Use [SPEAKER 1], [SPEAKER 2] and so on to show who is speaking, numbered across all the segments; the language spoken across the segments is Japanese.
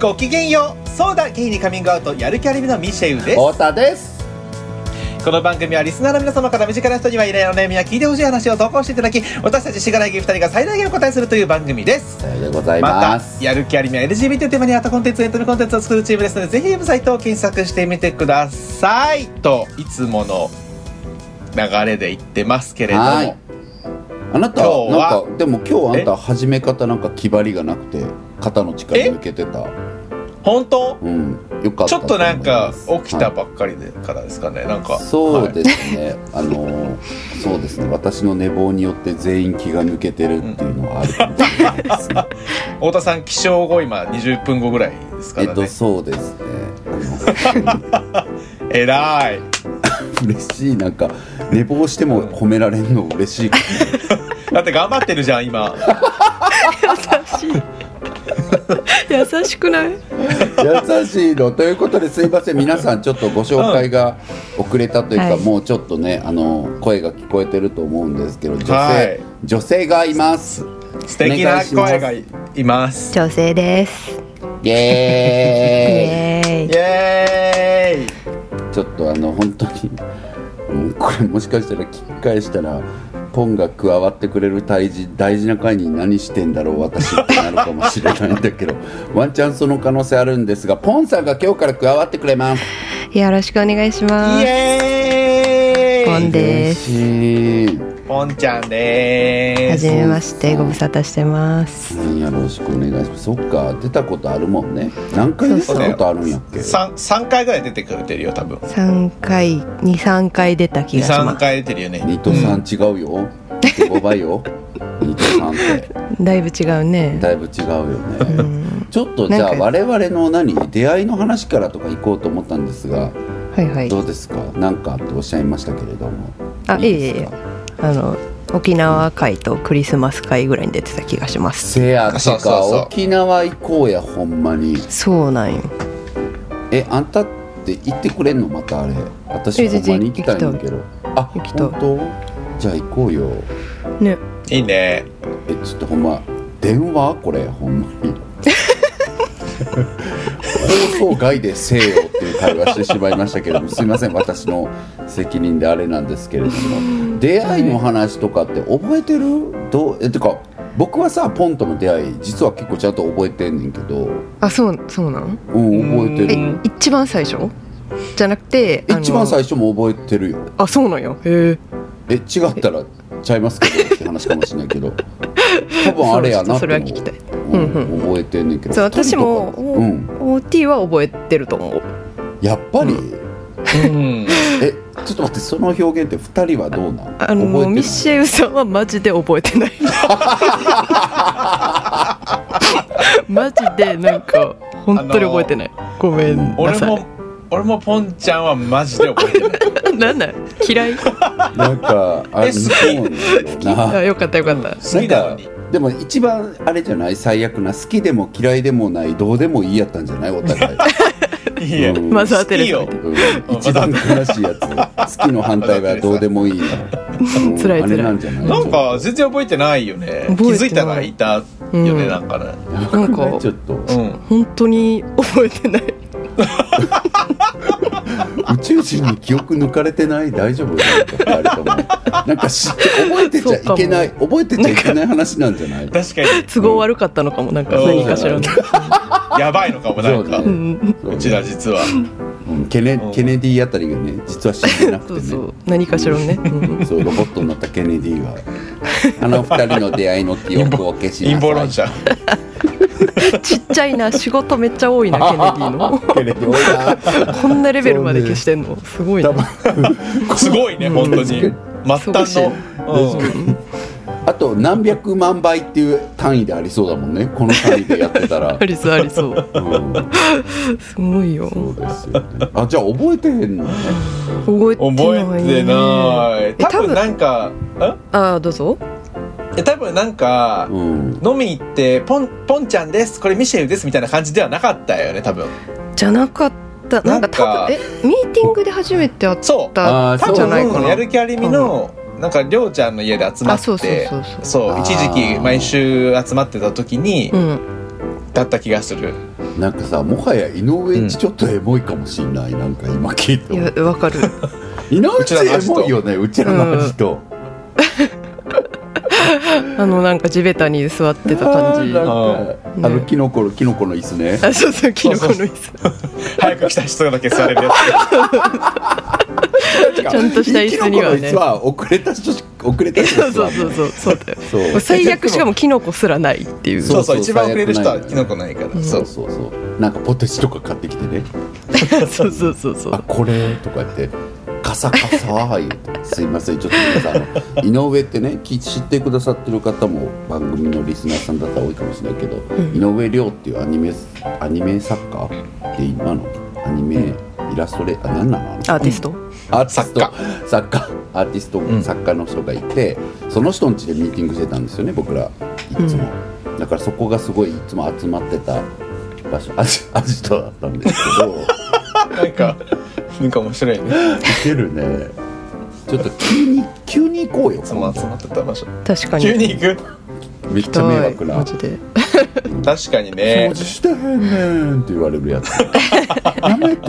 [SPEAKER 1] ごきげんようそうだゲイにカミングアウトやる気ありみのミシェウです
[SPEAKER 2] 太田です
[SPEAKER 1] この番組はリスナーの皆様から身近な人には依頼の悩みや聞いてほしい話を投稿していただき私たちしがないゲイ2人が最大限お答えするという番組です
[SPEAKER 2] さようでござい
[SPEAKER 1] ま
[SPEAKER 2] ま
[SPEAKER 1] た
[SPEAKER 2] す、
[SPEAKER 1] やる気ありみや LGBT をテーマにアートコンテンツエントメコンテンツを作るチームですのでぜひウェブサイトを検索してみてくださいといつもの流れで言ってますけれども
[SPEAKER 2] はいあなた
[SPEAKER 1] 今日
[SPEAKER 2] な
[SPEAKER 1] は
[SPEAKER 2] んかでも今日あんた始め方なんか気張りがなくて肩の力
[SPEAKER 1] え
[SPEAKER 2] 抜けてた
[SPEAKER 1] 本当
[SPEAKER 2] うんよかった
[SPEAKER 1] ちょっとなんか
[SPEAKER 2] 思います
[SPEAKER 1] 起きたばっかりでからですかねなんか
[SPEAKER 2] そうですね、あのーそうですね私の寝坊によって全員気が抜けてるっていうのは あるかもしれないですね、
[SPEAKER 1] 太田さん起床後今20分後ぐらいですか
[SPEAKER 2] え
[SPEAKER 1] ら
[SPEAKER 2] っと
[SPEAKER 1] ね
[SPEAKER 2] そうですね
[SPEAKER 1] えらい
[SPEAKER 2] 嬉しいなんか寝坊しても褒められるの嬉しいか
[SPEAKER 1] だって頑張ってるじゃん 今
[SPEAKER 3] 優しい優しくない
[SPEAKER 2] も優しいのということですいません皆さんちょっとご紹介が遅れたというか、
[SPEAKER 3] はい
[SPEAKER 2] もうちょっとねあの声が聞こえてると思うんですけど女性、
[SPEAKER 1] はい
[SPEAKER 2] 女性がいます
[SPEAKER 1] 素敵な声がいます
[SPEAKER 3] 女性です
[SPEAKER 2] イ
[SPEAKER 3] イ
[SPEAKER 2] エーイ
[SPEAKER 3] エ
[SPEAKER 1] イエーイ
[SPEAKER 2] ちょっとあの本当にもうこれもしかしたら聞き返したらポンが加わってくれる大事大事な会に何してんだろう私ってなるかもしれないんだ けどワンチャンその可能性あるんですがポンさんが今日から加わってくれます
[SPEAKER 3] ーイよろしくお願いしま
[SPEAKER 1] イ
[SPEAKER 3] す
[SPEAKER 1] エ
[SPEAKER 3] ポ
[SPEAKER 1] ー
[SPEAKER 3] ン
[SPEAKER 1] イ
[SPEAKER 3] です
[SPEAKER 2] 嬉しい
[SPEAKER 1] ポンちゃんで
[SPEAKER 3] は
[SPEAKER 1] ーす
[SPEAKER 3] じめましてご無沙汰してます
[SPEAKER 2] はいよろしくお願いしますそっか出たことあるもんね何回出たことあるんやっけ
[SPEAKER 1] 三三回ぐらい出てくれてるよ多分
[SPEAKER 3] 三回二三回出た気
[SPEAKER 1] 二
[SPEAKER 3] がし
[SPEAKER 1] 三
[SPEAKER 3] ます
[SPEAKER 1] 回出てるよね
[SPEAKER 2] 2と3違うよ5倍 よ2と3って
[SPEAKER 3] だいぶ違うね
[SPEAKER 2] だいぶ違うよね
[SPEAKER 3] うん
[SPEAKER 2] ちょっとじゃあ
[SPEAKER 3] なんか
[SPEAKER 2] 我々の何出会いの話からとか行こうと思ったんですが
[SPEAKER 3] はいはい
[SPEAKER 2] どうですか何かっておっしゃいましたけれども
[SPEAKER 3] あい
[SPEAKER 2] いい
[SPEAKER 3] えい
[SPEAKER 2] です
[SPEAKER 3] え
[SPEAKER 2] か
[SPEAKER 3] あの沖縄会とクリスマス会ぐらいに出てた気がします
[SPEAKER 2] せや
[SPEAKER 1] そう
[SPEAKER 2] て
[SPEAKER 1] そう
[SPEAKER 2] か
[SPEAKER 1] そう
[SPEAKER 2] 沖縄行こうやほんまに
[SPEAKER 3] そうなんよ
[SPEAKER 2] えあんたって行ってくれんのまたあれ私
[SPEAKER 3] え
[SPEAKER 2] ほんまに行きたいん
[SPEAKER 3] 全
[SPEAKER 2] だ
[SPEAKER 3] 然
[SPEAKER 2] けどあ
[SPEAKER 3] 行きたい
[SPEAKER 2] 本当じゃあ行こうよ
[SPEAKER 3] ね
[SPEAKER 1] いいね
[SPEAKER 2] えちょっとほんま電話これほんまに放送外でせえよっていう会話してしまいましたけれどもすいません私の責任であれなんですけれども出会いの話とかって覚えてるどうえてか僕はさポンとの出会い実は結構ちゃんと覚えてんねんけど
[SPEAKER 3] あそうそうなん
[SPEAKER 2] うん覚えて
[SPEAKER 1] う
[SPEAKER 2] る
[SPEAKER 1] ん
[SPEAKER 3] え一番最初じゃなくてあの
[SPEAKER 2] 一番最初も覚えてるよ
[SPEAKER 3] あそうなんよへ
[SPEAKER 2] え違ったらちゃいますけどって話かもしれないけ ど多分あれやなって
[SPEAKER 3] そう
[SPEAKER 2] の
[SPEAKER 3] で
[SPEAKER 2] を
[SPEAKER 3] すちょっとそれは聞きたいうん
[SPEAKER 2] うん覚えてんねんけど
[SPEAKER 3] そう私も
[SPEAKER 2] 二人とかうん
[SPEAKER 3] え OT は覚えてると思う
[SPEAKER 2] やっぱり、
[SPEAKER 1] うん
[SPEAKER 2] えちょっと待ってその表現って二人はどうなん
[SPEAKER 3] あ
[SPEAKER 2] 覚え
[SPEAKER 3] の
[SPEAKER 2] てる
[SPEAKER 3] ミシェウさんはマジで覚えてないマジでなんか本当に覚えてないごめんな
[SPEAKER 1] 俺
[SPEAKER 3] さ
[SPEAKER 1] も俺もポンちゃんはマジで覚えてない
[SPEAKER 3] いなんなん嫌い
[SPEAKER 2] なん かあ
[SPEAKER 1] え
[SPEAKER 2] れそうなんだよな
[SPEAKER 3] あよかったよかった
[SPEAKER 1] 好きなのに
[SPEAKER 2] でも一番あれじゃない最悪な好きでも嫌いでもないどうでもいいやったんじゃないお互い、
[SPEAKER 1] いいえ
[SPEAKER 2] うん
[SPEAKER 3] マザーテレサみたい
[SPEAKER 1] 好き
[SPEAKER 2] うん 一番悲しいやつ好きの反対はどうでもいいな、うん
[SPEAKER 3] 辛い辛い
[SPEAKER 2] あれなんじゃない
[SPEAKER 1] なんか全然覚えてないよね気
[SPEAKER 3] 覚えてない
[SPEAKER 1] づいたらいたよ
[SPEAKER 3] うん
[SPEAKER 1] ねなんかね
[SPEAKER 2] やばく
[SPEAKER 3] なん
[SPEAKER 2] ない
[SPEAKER 3] か
[SPEAKER 2] ちょっと、
[SPEAKER 1] うん
[SPEAKER 3] 本当に覚えてない
[SPEAKER 2] 宇宙人に記憶抜かれてない大丈夫なんかあれともなんか知って覚えてちゃいけない覚えてちゃいけない話なんじゃない
[SPEAKER 1] 確かに
[SPEAKER 3] 都合悪かったのかもなんか
[SPEAKER 1] うん
[SPEAKER 3] 何かしらの
[SPEAKER 1] やばいのかもなんか
[SPEAKER 2] そう
[SPEAKER 3] う
[SPEAKER 2] ね
[SPEAKER 3] ん
[SPEAKER 2] そう
[SPEAKER 1] うちら実は
[SPEAKER 2] うんケネ
[SPEAKER 1] うん
[SPEAKER 2] ケネディあたりがね実は知ってなくて
[SPEAKER 3] そ
[SPEAKER 2] ね
[SPEAKER 3] うそう何かしらのねうん
[SPEAKER 2] そうロボットになったケネディがあの二人の出会いの記憶を消し
[SPEAKER 1] 陰謀論
[SPEAKER 2] なさい
[SPEAKER 1] 者
[SPEAKER 3] ちっちゃいな仕事めっちゃ多いなケネディの
[SPEAKER 2] ケネディ多いな
[SPEAKER 3] こんなレベルまで消してんのすごいな
[SPEAKER 2] 多分
[SPEAKER 1] すごいね本当に末端のうん
[SPEAKER 2] あと何百万倍っていう単位でありそうだもんねこの単位でやってたら
[SPEAKER 3] ありそうありそう
[SPEAKER 2] うん
[SPEAKER 3] すごいよ
[SPEAKER 2] そうですよねあじゃあ覚えてへんのね
[SPEAKER 3] 覚えてない
[SPEAKER 1] 覚えてない
[SPEAKER 3] え
[SPEAKER 1] 多
[SPEAKER 3] 多
[SPEAKER 1] 分
[SPEAKER 3] 分
[SPEAKER 1] なんかん
[SPEAKER 3] ああどうぞ
[SPEAKER 1] え多分なんか
[SPEAKER 2] うん
[SPEAKER 1] 飲み行って「ポンポンちゃんですこれミシェルです」みたいな感じではなかったよね多分
[SPEAKER 3] じゃなかったなん
[SPEAKER 1] な
[SPEAKER 3] か
[SPEAKER 1] んか
[SPEAKER 3] 多分えミーティングで初めて会っ
[SPEAKER 1] そう
[SPEAKER 2] あ
[SPEAKER 3] た
[SPEAKER 2] ー
[SPEAKER 3] た
[SPEAKER 1] 多
[SPEAKER 3] んじゃないか
[SPEAKER 1] 分
[SPEAKER 3] な
[SPEAKER 1] やる気ありみのなんかりょうちゃんの家で集ま
[SPEAKER 3] あ
[SPEAKER 1] っ
[SPEAKER 3] そうそう
[SPEAKER 1] て
[SPEAKER 3] そうそう
[SPEAKER 1] そう
[SPEAKER 2] あー
[SPEAKER 1] 一時期毎週集まってた時に
[SPEAKER 3] うん
[SPEAKER 1] だった気がする
[SPEAKER 2] なんかさもはや井上んちちょっとエモいかもしんない、なんか今聞いて
[SPEAKER 3] い
[SPEAKER 2] も
[SPEAKER 3] やわかる
[SPEAKER 2] 井上
[SPEAKER 1] うんち
[SPEAKER 2] ち
[SPEAKER 1] らの
[SPEAKER 2] エ
[SPEAKER 1] 味と
[SPEAKER 2] モいよねうちらの味と、
[SPEAKER 3] あのなんか地べたに座ってた感じ
[SPEAKER 2] あー
[SPEAKER 1] あ
[SPEAKER 2] なんかあのキノコのキノコの椅子ね
[SPEAKER 3] あそうそうキノコの椅子
[SPEAKER 1] 早く来た人だけ座れるや
[SPEAKER 2] ち
[SPEAKER 3] ゃんとした椅子にはね
[SPEAKER 2] キノコの椅子は遅れた人し遅れた人
[SPEAKER 3] そう
[SPEAKER 2] しか座
[SPEAKER 3] そうん
[SPEAKER 2] ない
[SPEAKER 3] そうそうそうだよ
[SPEAKER 2] そう
[SPEAKER 3] もう最悪しかもキノコすらないっていう
[SPEAKER 1] つ
[SPEAKER 2] そ
[SPEAKER 1] そううそう
[SPEAKER 2] そ
[SPEAKER 1] う一番遅れる人
[SPEAKER 2] 最
[SPEAKER 1] は
[SPEAKER 2] 悪ない
[SPEAKER 1] キノコないからそ
[SPEAKER 2] そう
[SPEAKER 1] う
[SPEAKER 2] そうそうなんかポテチとか買ってきてね
[SPEAKER 3] そうそうそうそ
[SPEAKER 2] 「あ
[SPEAKER 3] う
[SPEAKER 2] これ」とか言って「カサカサ」言うて「すいませんちょっと皆さんあの井上ってね き知ってくださってる方も番組のリスナーさんだったら多いかもしれないけど、井
[SPEAKER 3] ん
[SPEAKER 2] 上涼っていうアニメアニメ作家で今のアニメ、イラストレーター何なのあの人
[SPEAKER 3] アーティスト
[SPEAKER 2] アーティスト
[SPEAKER 1] 作
[SPEAKER 2] 作家アーティスト、
[SPEAKER 1] ん
[SPEAKER 2] 作家の人がいてその人ん家でミーティングしてたんですよね僕らいつも、だからそこがすごいいつも集まってた場所アジアジトだったんですけど
[SPEAKER 1] なんかなんか面白いね
[SPEAKER 2] いけるねちょっと急に急に行こうよ
[SPEAKER 1] いつも集まってた場所
[SPEAKER 3] 確かに
[SPEAKER 1] 急に行く
[SPEAKER 2] めっちゃ迷惑な
[SPEAKER 3] マジで
[SPEAKER 1] 確かに
[SPEAKER 2] 「掃
[SPEAKER 1] ね
[SPEAKER 2] 除してへんねん」って言われるや つ「やめて」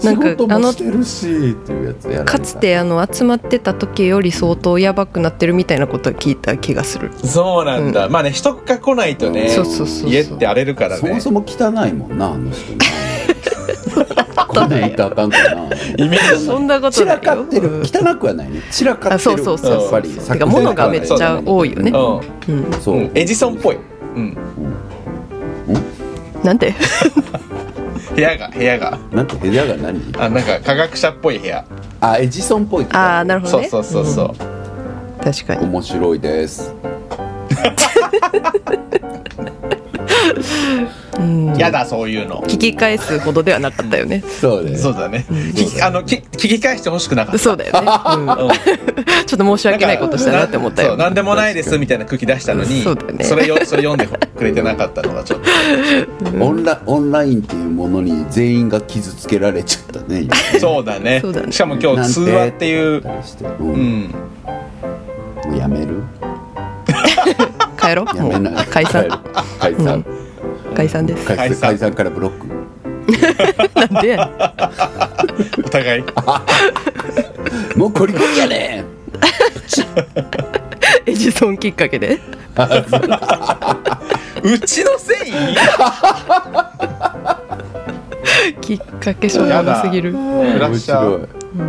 [SPEAKER 2] 仕事もしてるしっていうやつやられた
[SPEAKER 3] かつてあの集まってた時より相当やばくなってるみたいなことは聞いた気がする、
[SPEAKER 1] そうなんだまあね人が来ないとね
[SPEAKER 2] うん
[SPEAKER 3] そうそうそう
[SPEAKER 1] 家って荒れるから
[SPEAKER 2] そも
[SPEAKER 1] ね
[SPEAKER 2] そも汚いもんなあの人な こんなんいたらあかんかな
[SPEAKER 1] イメージ
[SPEAKER 3] そんなこと
[SPEAKER 2] 散
[SPEAKER 3] ない
[SPEAKER 2] ら
[SPEAKER 3] よ
[SPEAKER 2] かってる
[SPEAKER 3] うん
[SPEAKER 2] 汚くはないね散らか
[SPEAKER 3] あ
[SPEAKER 2] って
[SPEAKER 3] そ
[SPEAKER 2] る
[SPEAKER 3] うそうそう
[SPEAKER 2] やっぱり
[SPEAKER 3] そう
[SPEAKER 2] 作
[SPEAKER 3] てか
[SPEAKER 2] 品
[SPEAKER 3] 物がめっちゃ多いよね
[SPEAKER 2] そう
[SPEAKER 1] うん
[SPEAKER 3] うん、
[SPEAKER 2] そう
[SPEAKER 1] うんエジソンっぽいうん
[SPEAKER 3] なんで
[SPEAKER 1] 部屋が部屋が
[SPEAKER 2] なんて部屋が何
[SPEAKER 1] あなんか科学者っぽい部屋
[SPEAKER 2] あエジソンっぽいって
[SPEAKER 3] ああなるほど
[SPEAKER 1] そう
[SPEAKER 3] ね
[SPEAKER 1] そうそうそう
[SPEAKER 3] うん確かに
[SPEAKER 2] 面白いです
[SPEAKER 3] うん
[SPEAKER 1] やだそういうの
[SPEAKER 3] 聞き返すほどではなかったよね
[SPEAKER 2] そうね
[SPEAKER 1] そうだね聞きあのき聞き返してほしくなかった
[SPEAKER 3] そうだよね、うん
[SPEAKER 1] うん
[SPEAKER 3] ちょっと申し訳ないことしたなって思った
[SPEAKER 1] そう
[SPEAKER 3] よ
[SPEAKER 1] なんでもないですみたいな空気出したのに
[SPEAKER 3] そうだね
[SPEAKER 1] それよそれ読んでくれてなかったのがちょっ
[SPEAKER 2] オンラオンラインっていうものに全員が傷つけられちゃった ね今
[SPEAKER 1] とそうだね
[SPEAKER 3] そうだね
[SPEAKER 1] しかも今
[SPEAKER 2] なん
[SPEAKER 1] 日通話っていう
[SPEAKER 2] たりして
[SPEAKER 1] う
[SPEAKER 2] うん
[SPEAKER 1] ん
[SPEAKER 2] もうやめる
[SPEAKER 3] 帰ろう
[SPEAKER 2] や
[SPEAKER 3] も
[SPEAKER 2] め
[SPEAKER 3] う
[SPEAKER 2] ない
[SPEAKER 3] 解
[SPEAKER 2] 帰る
[SPEAKER 3] 散
[SPEAKER 2] 解散
[SPEAKER 3] 解散です
[SPEAKER 1] 解
[SPEAKER 2] 解
[SPEAKER 1] 散
[SPEAKER 2] 散解散からブロック
[SPEAKER 3] なんでやねん
[SPEAKER 1] お互い
[SPEAKER 2] もうゴリゴリやねん
[SPEAKER 3] エジソンきっかけで
[SPEAKER 1] うちのせい
[SPEAKER 3] きっかけしょうがなすぎる
[SPEAKER 1] フラッ
[SPEAKER 2] 面
[SPEAKER 1] シャー
[SPEAKER 2] 白いえ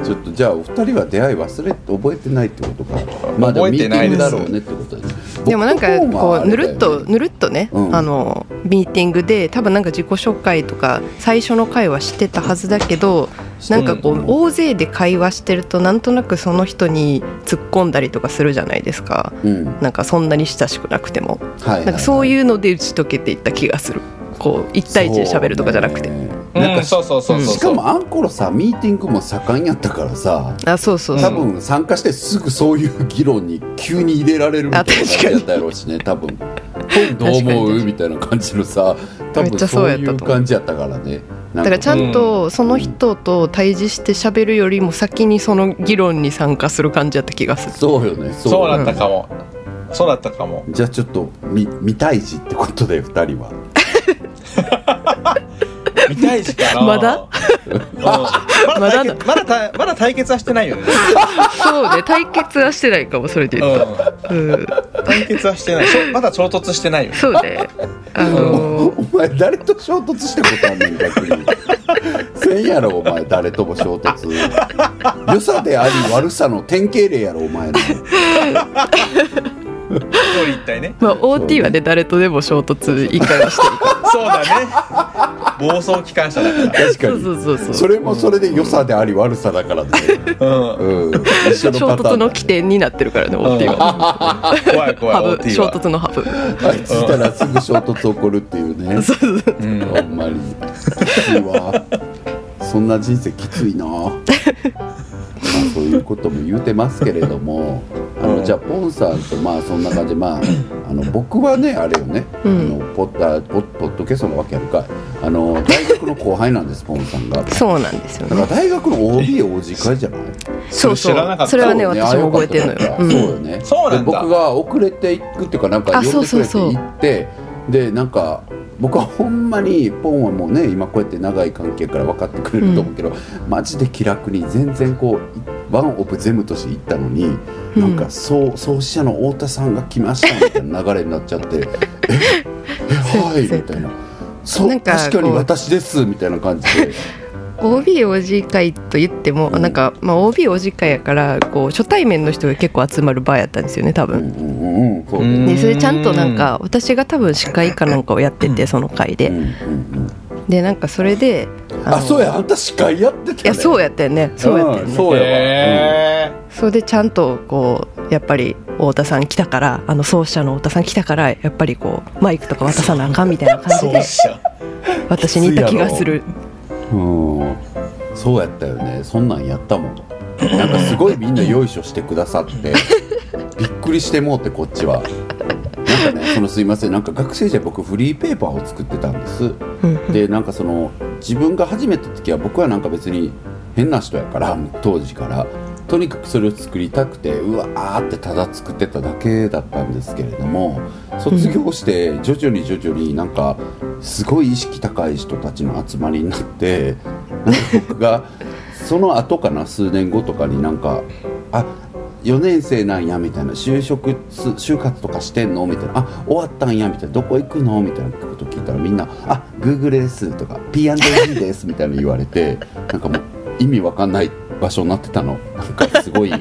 [SPEAKER 2] ー、ちょっとじゃあお二人は出会い忘れ覚えてないってことかまあでも
[SPEAKER 1] 覚えてない
[SPEAKER 2] ミ
[SPEAKER 1] で
[SPEAKER 2] ー
[SPEAKER 1] す
[SPEAKER 2] ティングだろうねってことだね
[SPEAKER 3] でもなんか
[SPEAKER 2] 僕の方
[SPEAKER 3] こ
[SPEAKER 2] はあ
[SPEAKER 3] うぬ
[SPEAKER 2] れだよ
[SPEAKER 3] るっとぬるっとね、
[SPEAKER 2] うん
[SPEAKER 3] あのミーティングで多分なんか自己紹介とか最初の会話してたはずだけどなんかこ
[SPEAKER 2] う
[SPEAKER 3] うん大勢で会話してるとなんとなくその人に突っ込んだりとかするじゃないですか
[SPEAKER 2] うんはい
[SPEAKER 3] なんかそんなに親しくなくても
[SPEAKER 2] はい、
[SPEAKER 3] なんかそう
[SPEAKER 2] う
[SPEAKER 3] いうので打ち解けていった気がするこう一対一で喋るとかじゃなくて
[SPEAKER 2] ね
[SPEAKER 1] な
[SPEAKER 2] なんん
[SPEAKER 1] か
[SPEAKER 2] か
[SPEAKER 1] そうそうそうそう
[SPEAKER 2] しかもあんころさミーティングも盛んやったからさ
[SPEAKER 3] あそうそうそ
[SPEAKER 2] 多
[SPEAKER 3] う、
[SPEAKER 2] 分参加してすぐそういう議論に急に入れられるみたいな感じやったやろうしね多分どう思
[SPEAKER 3] 確か
[SPEAKER 2] う
[SPEAKER 3] に
[SPEAKER 2] みたいな感じのさ多
[SPEAKER 3] めっ
[SPEAKER 2] 分
[SPEAKER 3] ちゃそ
[SPEAKER 2] そうう
[SPEAKER 3] やった
[SPEAKER 2] い
[SPEAKER 3] と思う
[SPEAKER 2] う感じやったからねな
[SPEAKER 3] だ
[SPEAKER 2] ん
[SPEAKER 3] からちゃんとその人と対峙して喋るよりも先にその議論に参加する感じやった気がする
[SPEAKER 2] そうよねそう
[SPEAKER 1] そう
[SPEAKER 2] よ
[SPEAKER 1] だ
[SPEAKER 2] ね
[SPEAKER 1] ったかもそうだったかも
[SPEAKER 2] じゃあちょっと見見たいしってことで二人は
[SPEAKER 1] 見たいしか な
[SPEAKER 3] まだ
[SPEAKER 1] うんまだ対決まだたまだ対決はしてないよね
[SPEAKER 3] そうね対決はしてないかもそれで
[SPEAKER 1] う
[SPEAKER 3] 言うんと、うん、
[SPEAKER 1] 対決はしてないしょまだ衝突してないよね
[SPEAKER 3] そうねあのー
[SPEAKER 2] お前誰と衝突したことあんねん逆にせんやろお前誰とも衝突良さであり悪さの典型例やろお前 の
[SPEAKER 1] 一人一体ね
[SPEAKER 3] まあ OT はね誰とでも衝突一回はしてるか
[SPEAKER 1] そうだね暴走機関車だか
[SPEAKER 2] 確から
[SPEAKER 3] そう
[SPEAKER 2] に
[SPEAKER 3] そうそうそう
[SPEAKER 2] それもそれで良さであり悪さだからね、
[SPEAKER 1] らうん
[SPEAKER 2] うん、一緒の
[SPEAKER 3] 衝
[SPEAKER 2] パター
[SPEAKER 3] 突
[SPEAKER 2] ンだ
[SPEAKER 3] の起点になってるからね OT は、
[SPEAKER 1] 怖い怖い
[SPEAKER 3] ハブ
[SPEAKER 1] OT
[SPEAKER 3] 衝
[SPEAKER 1] は
[SPEAKER 3] 突のハブ
[SPEAKER 2] あいついたらすぐ衝突起こるっていうね
[SPEAKER 3] そうそうそう
[SPEAKER 1] うん
[SPEAKER 2] ほんまにきついわそんな人生きついなまあそういうことも言うてますけれどもあの、
[SPEAKER 1] うん
[SPEAKER 2] じゃあポンさんとまあそんな感じでまああの僕はねあれよね、
[SPEAKER 3] うん
[SPEAKER 2] あのポッあポッポッドキャストのわけやるかあの大学の後輩なんですポンさんがだか
[SPEAKER 3] そうなんですよ
[SPEAKER 2] ら
[SPEAKER 3] ね
[SPEAKER 2] 大学の OBOG 会じゃない
[SPEAKER 3] そう
[SPEAKER 1] それ知らなか
[SPEAKER 3] そ
[SPEAKER 1] っ
[SPEAKER 3] う
[SPEAKER 1] た
[SPEAKER 3] それはね
[SPEAKER 2] そう
[SPEAKER 3] 私も覚えてるの
[SPEAKER 2] あよ
[SPEAKER 3] よ
[SPEAKER 2] か、っ
[SPEAKER 3] う
[SPEAKER 2] たそうよ
[SPEAKER 3] ん、
[SPEAKER 2] ね
[SPEAKER 1] そうなんだ
[SPEAKER 2] で僕が遅れていくっていうかなんか呼ん
[SPEAKER 3] あ
[SPEAKER 2] でく
[SPEAKER 3] そう
[SPEAKER 2] れて
[SPEAKER 3] そうそう
[SPEAKER 2] 行ってでなんか僕はほんまにポンはもうね今こうやって長い関係から分かってくれると思うけど、マジで気楽に全然こうワンオブゼムとして行ったのに、
[SPEAKER 3] うん
[SPEAKER 2] なんかそう創始者の太田さんが来ましたみたいな流れになっちゃって ええはいみたいな。そう
[SPEAKER 3] なんか
[SPEAKER 2] 確かに
[SPEAKER 3] こう
[SPEAKER 2] 私ですみたいな感じで
[SPEAKER 3] OB おじ会と言っても、
[SPEAKER 2] うん
[SPEAKER 3] なんか、まあ、OB おじ会やからこう初対面の人が結構集まる場やったんですよね多
[SPEAKER 2] うん
[SPEAKER 3] 分、
[SPEAKER 2] うんうんそうだよね
[SPEAKER 1] うん
[SPEAKER 3] でそれちゃんとなんか私が多分司会かなんかをやってて、
[SPEAKER 1] うん
[SPEAKER 3] その会
[SPEAKER 2] うん
[SPEAKER 3] で
[SPEAKER 2] うんうん
[SPEAKER 3] でなんかそれであの
[SPEAKER 2] あそうやあんた司会やってたね
[SPEAKER 3] いやそうやったよねそうやったよ
[SPEAKER 2] ん
[SPEAKER 3] ね、
[SPEAKER 2] そうやわ
[SPEAKER 1] へー
[SPEAKER 3] それでちゃんとこうやっぱり太田さん来たからあの奏者の太田さん来たからやっぱりこうマイクとか渡さなあかんみたいな感じ
[SPEAKER 1] そうっ
[SPEAKER 3] で
[SPEAKER 1] しゃ
[SPEAKER 3] 私に言った気がする
[SPEAKER 2] うん、そうやったよねそんなんやったもんなんかすごいみんなよいしょしてくださ ってびっくりしてもうてこっちはなんかねそのすいませんなんか学生時代僕フリーペーパーを作ってたんです
[SPEAKER 3] うんうん
[SPEAKER 2] でなんかその自分が始めた時は僕はなんか別に変な人やから当時からとにかくそれを作りたくてうわーってただ作ってただけだったんですけれども卒業して徐々に徐々になんかすごい意識高い人たちの集まりになってなんか僕がその後かな数年後とかになんかあ4年生なんやみたいな就職つ就活とかしてんのみたいなあ終わったんやみたいなどこ行くのみたいなこと聞いたらみんな「あ Google です」とか「P&G です」みたいな言われてなんかもう意味わかんない場所になってたのなんかすごい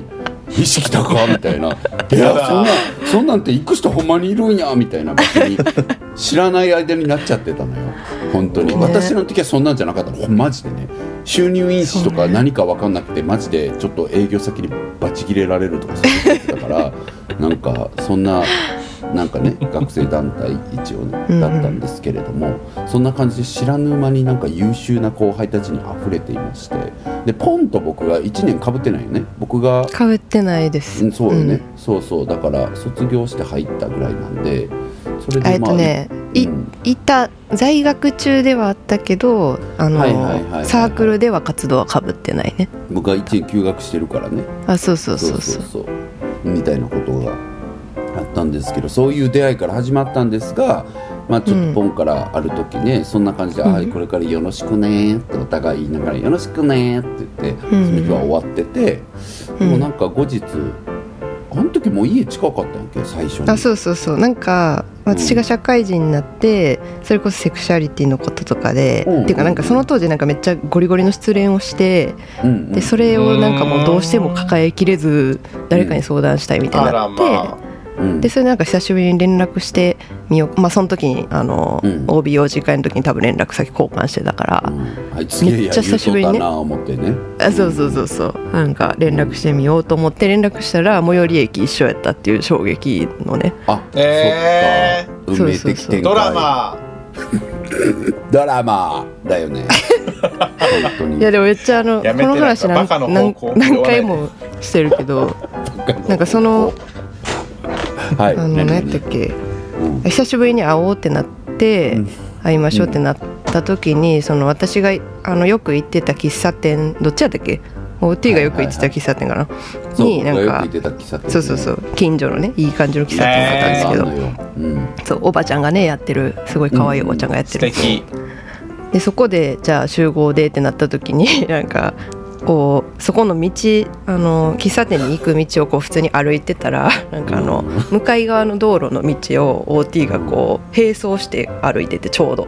[SPEAKER 2] 意識高みたいな「い
[SPEAKER 1] や
[SPEAKER 2] や
[SPEAKER 1] だ
[SPEAKER 2] そんなそんなんて行く人ほんまにいるんや」みたいな別に知らない間になっちゃってたのよ本当に、
[SPEAKER 3] ね
[SPEAKER 2] 私の時はそんなんじゃなかったのほんマジでね収入因子とか何か分かんなくてマジでちょっと営業先にバチ切れられるとかそういうことだから なんかそんななんかね学生団体一応ね
[SPEAKER 3] うんうん
[SPEAKER 2] だったんですけれども、そんな感じで知らぬ間になんか優秀な後輩たちに溢れていましてでポンと僕が1年かぶってないよね僕が
[SPEAKER 3] かぶってないです
[SPEAKER 2] うんそうよね、
[SPEAKER 3] ん
[SPEAKER 2] そうそうだから卒業して入ったぐらいなんでそれ
[SPEAKER 3] え
[SPEAKER 2] で
[SPEAKER 3] っ
[SPEAKER 2] まあ、
[SPEAKER 3] とね、い
[SPEAKER 2] うん
[SPEAKER 3] いた在学中ではあったけどあの、
[SPEAKER 2] はいはいはいはい
[SPEAKER 3] サークルでは活動はかぶってないね
[SPEAKER 2] 僕が1年休学してるからね
[SPEAKER 3] あそうそうそうそう
[SPEAKER 2] そうそうみたいなことがあったんですけどそういう出会いから始まったんですが、まあ、ちょっ
[SPEAKER 3] う
[SPEAKER 2] と
[SPEAKER 3] ん
[SPEAKER 2] ポンからある時ね、そんな感じで「
[SPEAKER 3] うん
[SPEAKER 2] はいこれからよろしくね」ってお互い言いながら「よろしくね」って言って、
[SPEAKER 3] うん
[SPEAKER 2] その日は終わってて、
[SPEAKER 3] うん
[SPEAKER 2] もうなんか後日あの時もう家近かったんやんけ最初に。
[SPEAKER 3] あそうそうそうなんか
[SPEAKER 2] うん
[SPEAKER 3] 私が社会人になってそれこそセクシャリティのこととかで、
[SPEAKER 2] うん
[SPEAKER 3] っていうかなんかその当時なんかめっちゃゴリゴリの失恋をして、
[SPEAKER 2] うんうん
[SPEAKER 3] でそれをなんかもうどうしても抱えきれず誰かに相談したいみたい
[SPEAKER 1] あ
[SPEAKER 3] に
[SPEAKER 1] ら
[SPEAKER 3] なって、
[SPEAKER 1] ま
[SPEAKER 2] うん
[SPEAKER 3] でそれなんか久しぶりに連絡してみよう、まあ、その時にあの、
[SPEAKER 2] うん
[SPEAKER 3] OB 幼児会の時に多分連絡先交換してたから、
[SPEAKER 2] うんあいつげえ
[SPEAKER 3] め
[SPEAKER 2] や
[SPEAKER 3] っちゃ久しぶりにね
[SPEAKER 2] 言うとったなあ思ってね
[SPEAKER 3] あそうそうそうそうなんか連絡してみようと思って連絡したら最寄り駅一緒やったっていう衝撃のね
[SPEAKER 2] あ、
[SPEAKER 1] えー
[SPEAKER 2] そっか運命的
[SPEAKER 3] そうそうそ
[SPEAKER 2] 展開
[SPEAKER 3] う
[SPEAKER 1] あドラマ
[SPEAKER 2] ドラマだよね 本当に
[SPEAKER 3] いやでもめっちゃあのこ
[SPEAKER 1] やめて
[SPEAKER 3] の話
[SPEAKER 1] な
[SPEAKER 3] 何
[SPEAKER 1] んかバカの方
[SPEAKER 3] 何
[SPEAKER 1] 向
[SPEAKER 3] 何回もしてるけどなんかその
[SPEAKER 2] は
[SPEAKER 3] あ
[SPEAKER 2] い
[SPEAKER 3] の何やったっけ
[SPEAKER 2] うん
[SPEAKER 3] 久しぶりに会おうってなって、
[SPEAKER 2] うん
[SPEAKER 3] 会いましょうってなった時に、その私があのよく行ってた喫茶店どっちやったっけ OT がよく行ってた喫茶店かな、
[SPEAKER 2] そう
[SPEAKER 3] になん
[SPEAKER 2] 僕がよ
[SPEAKER 3] か
[SPEAKER 2] く行ってた喫茶店ね
[SPEAKER 3] そうそうそう近所のねいい感じの喫茶店だったんですけ
[SPEAKER 2] あ
[SPEAKER 3] ど、
[SPEAKER 2] んのようん
[SPEAKER 3] そうおばちゃんがねやってるすごい可愛いおばちゃんがやって
[SPEAKER 1] 素
[SPEAKER 3] る、
[SPEAKER 1] 敵
[SPEAKER 3] でそこでじゃあ集合でってなった時に なんかこうそこの道あの喫茶店に行く道をこう普通に歩いてたら なんかあの
[SPEAKER 2] うん
[SPEAKER 3] 向かい側の道路の道を OT がこう並走して歩いててちょうど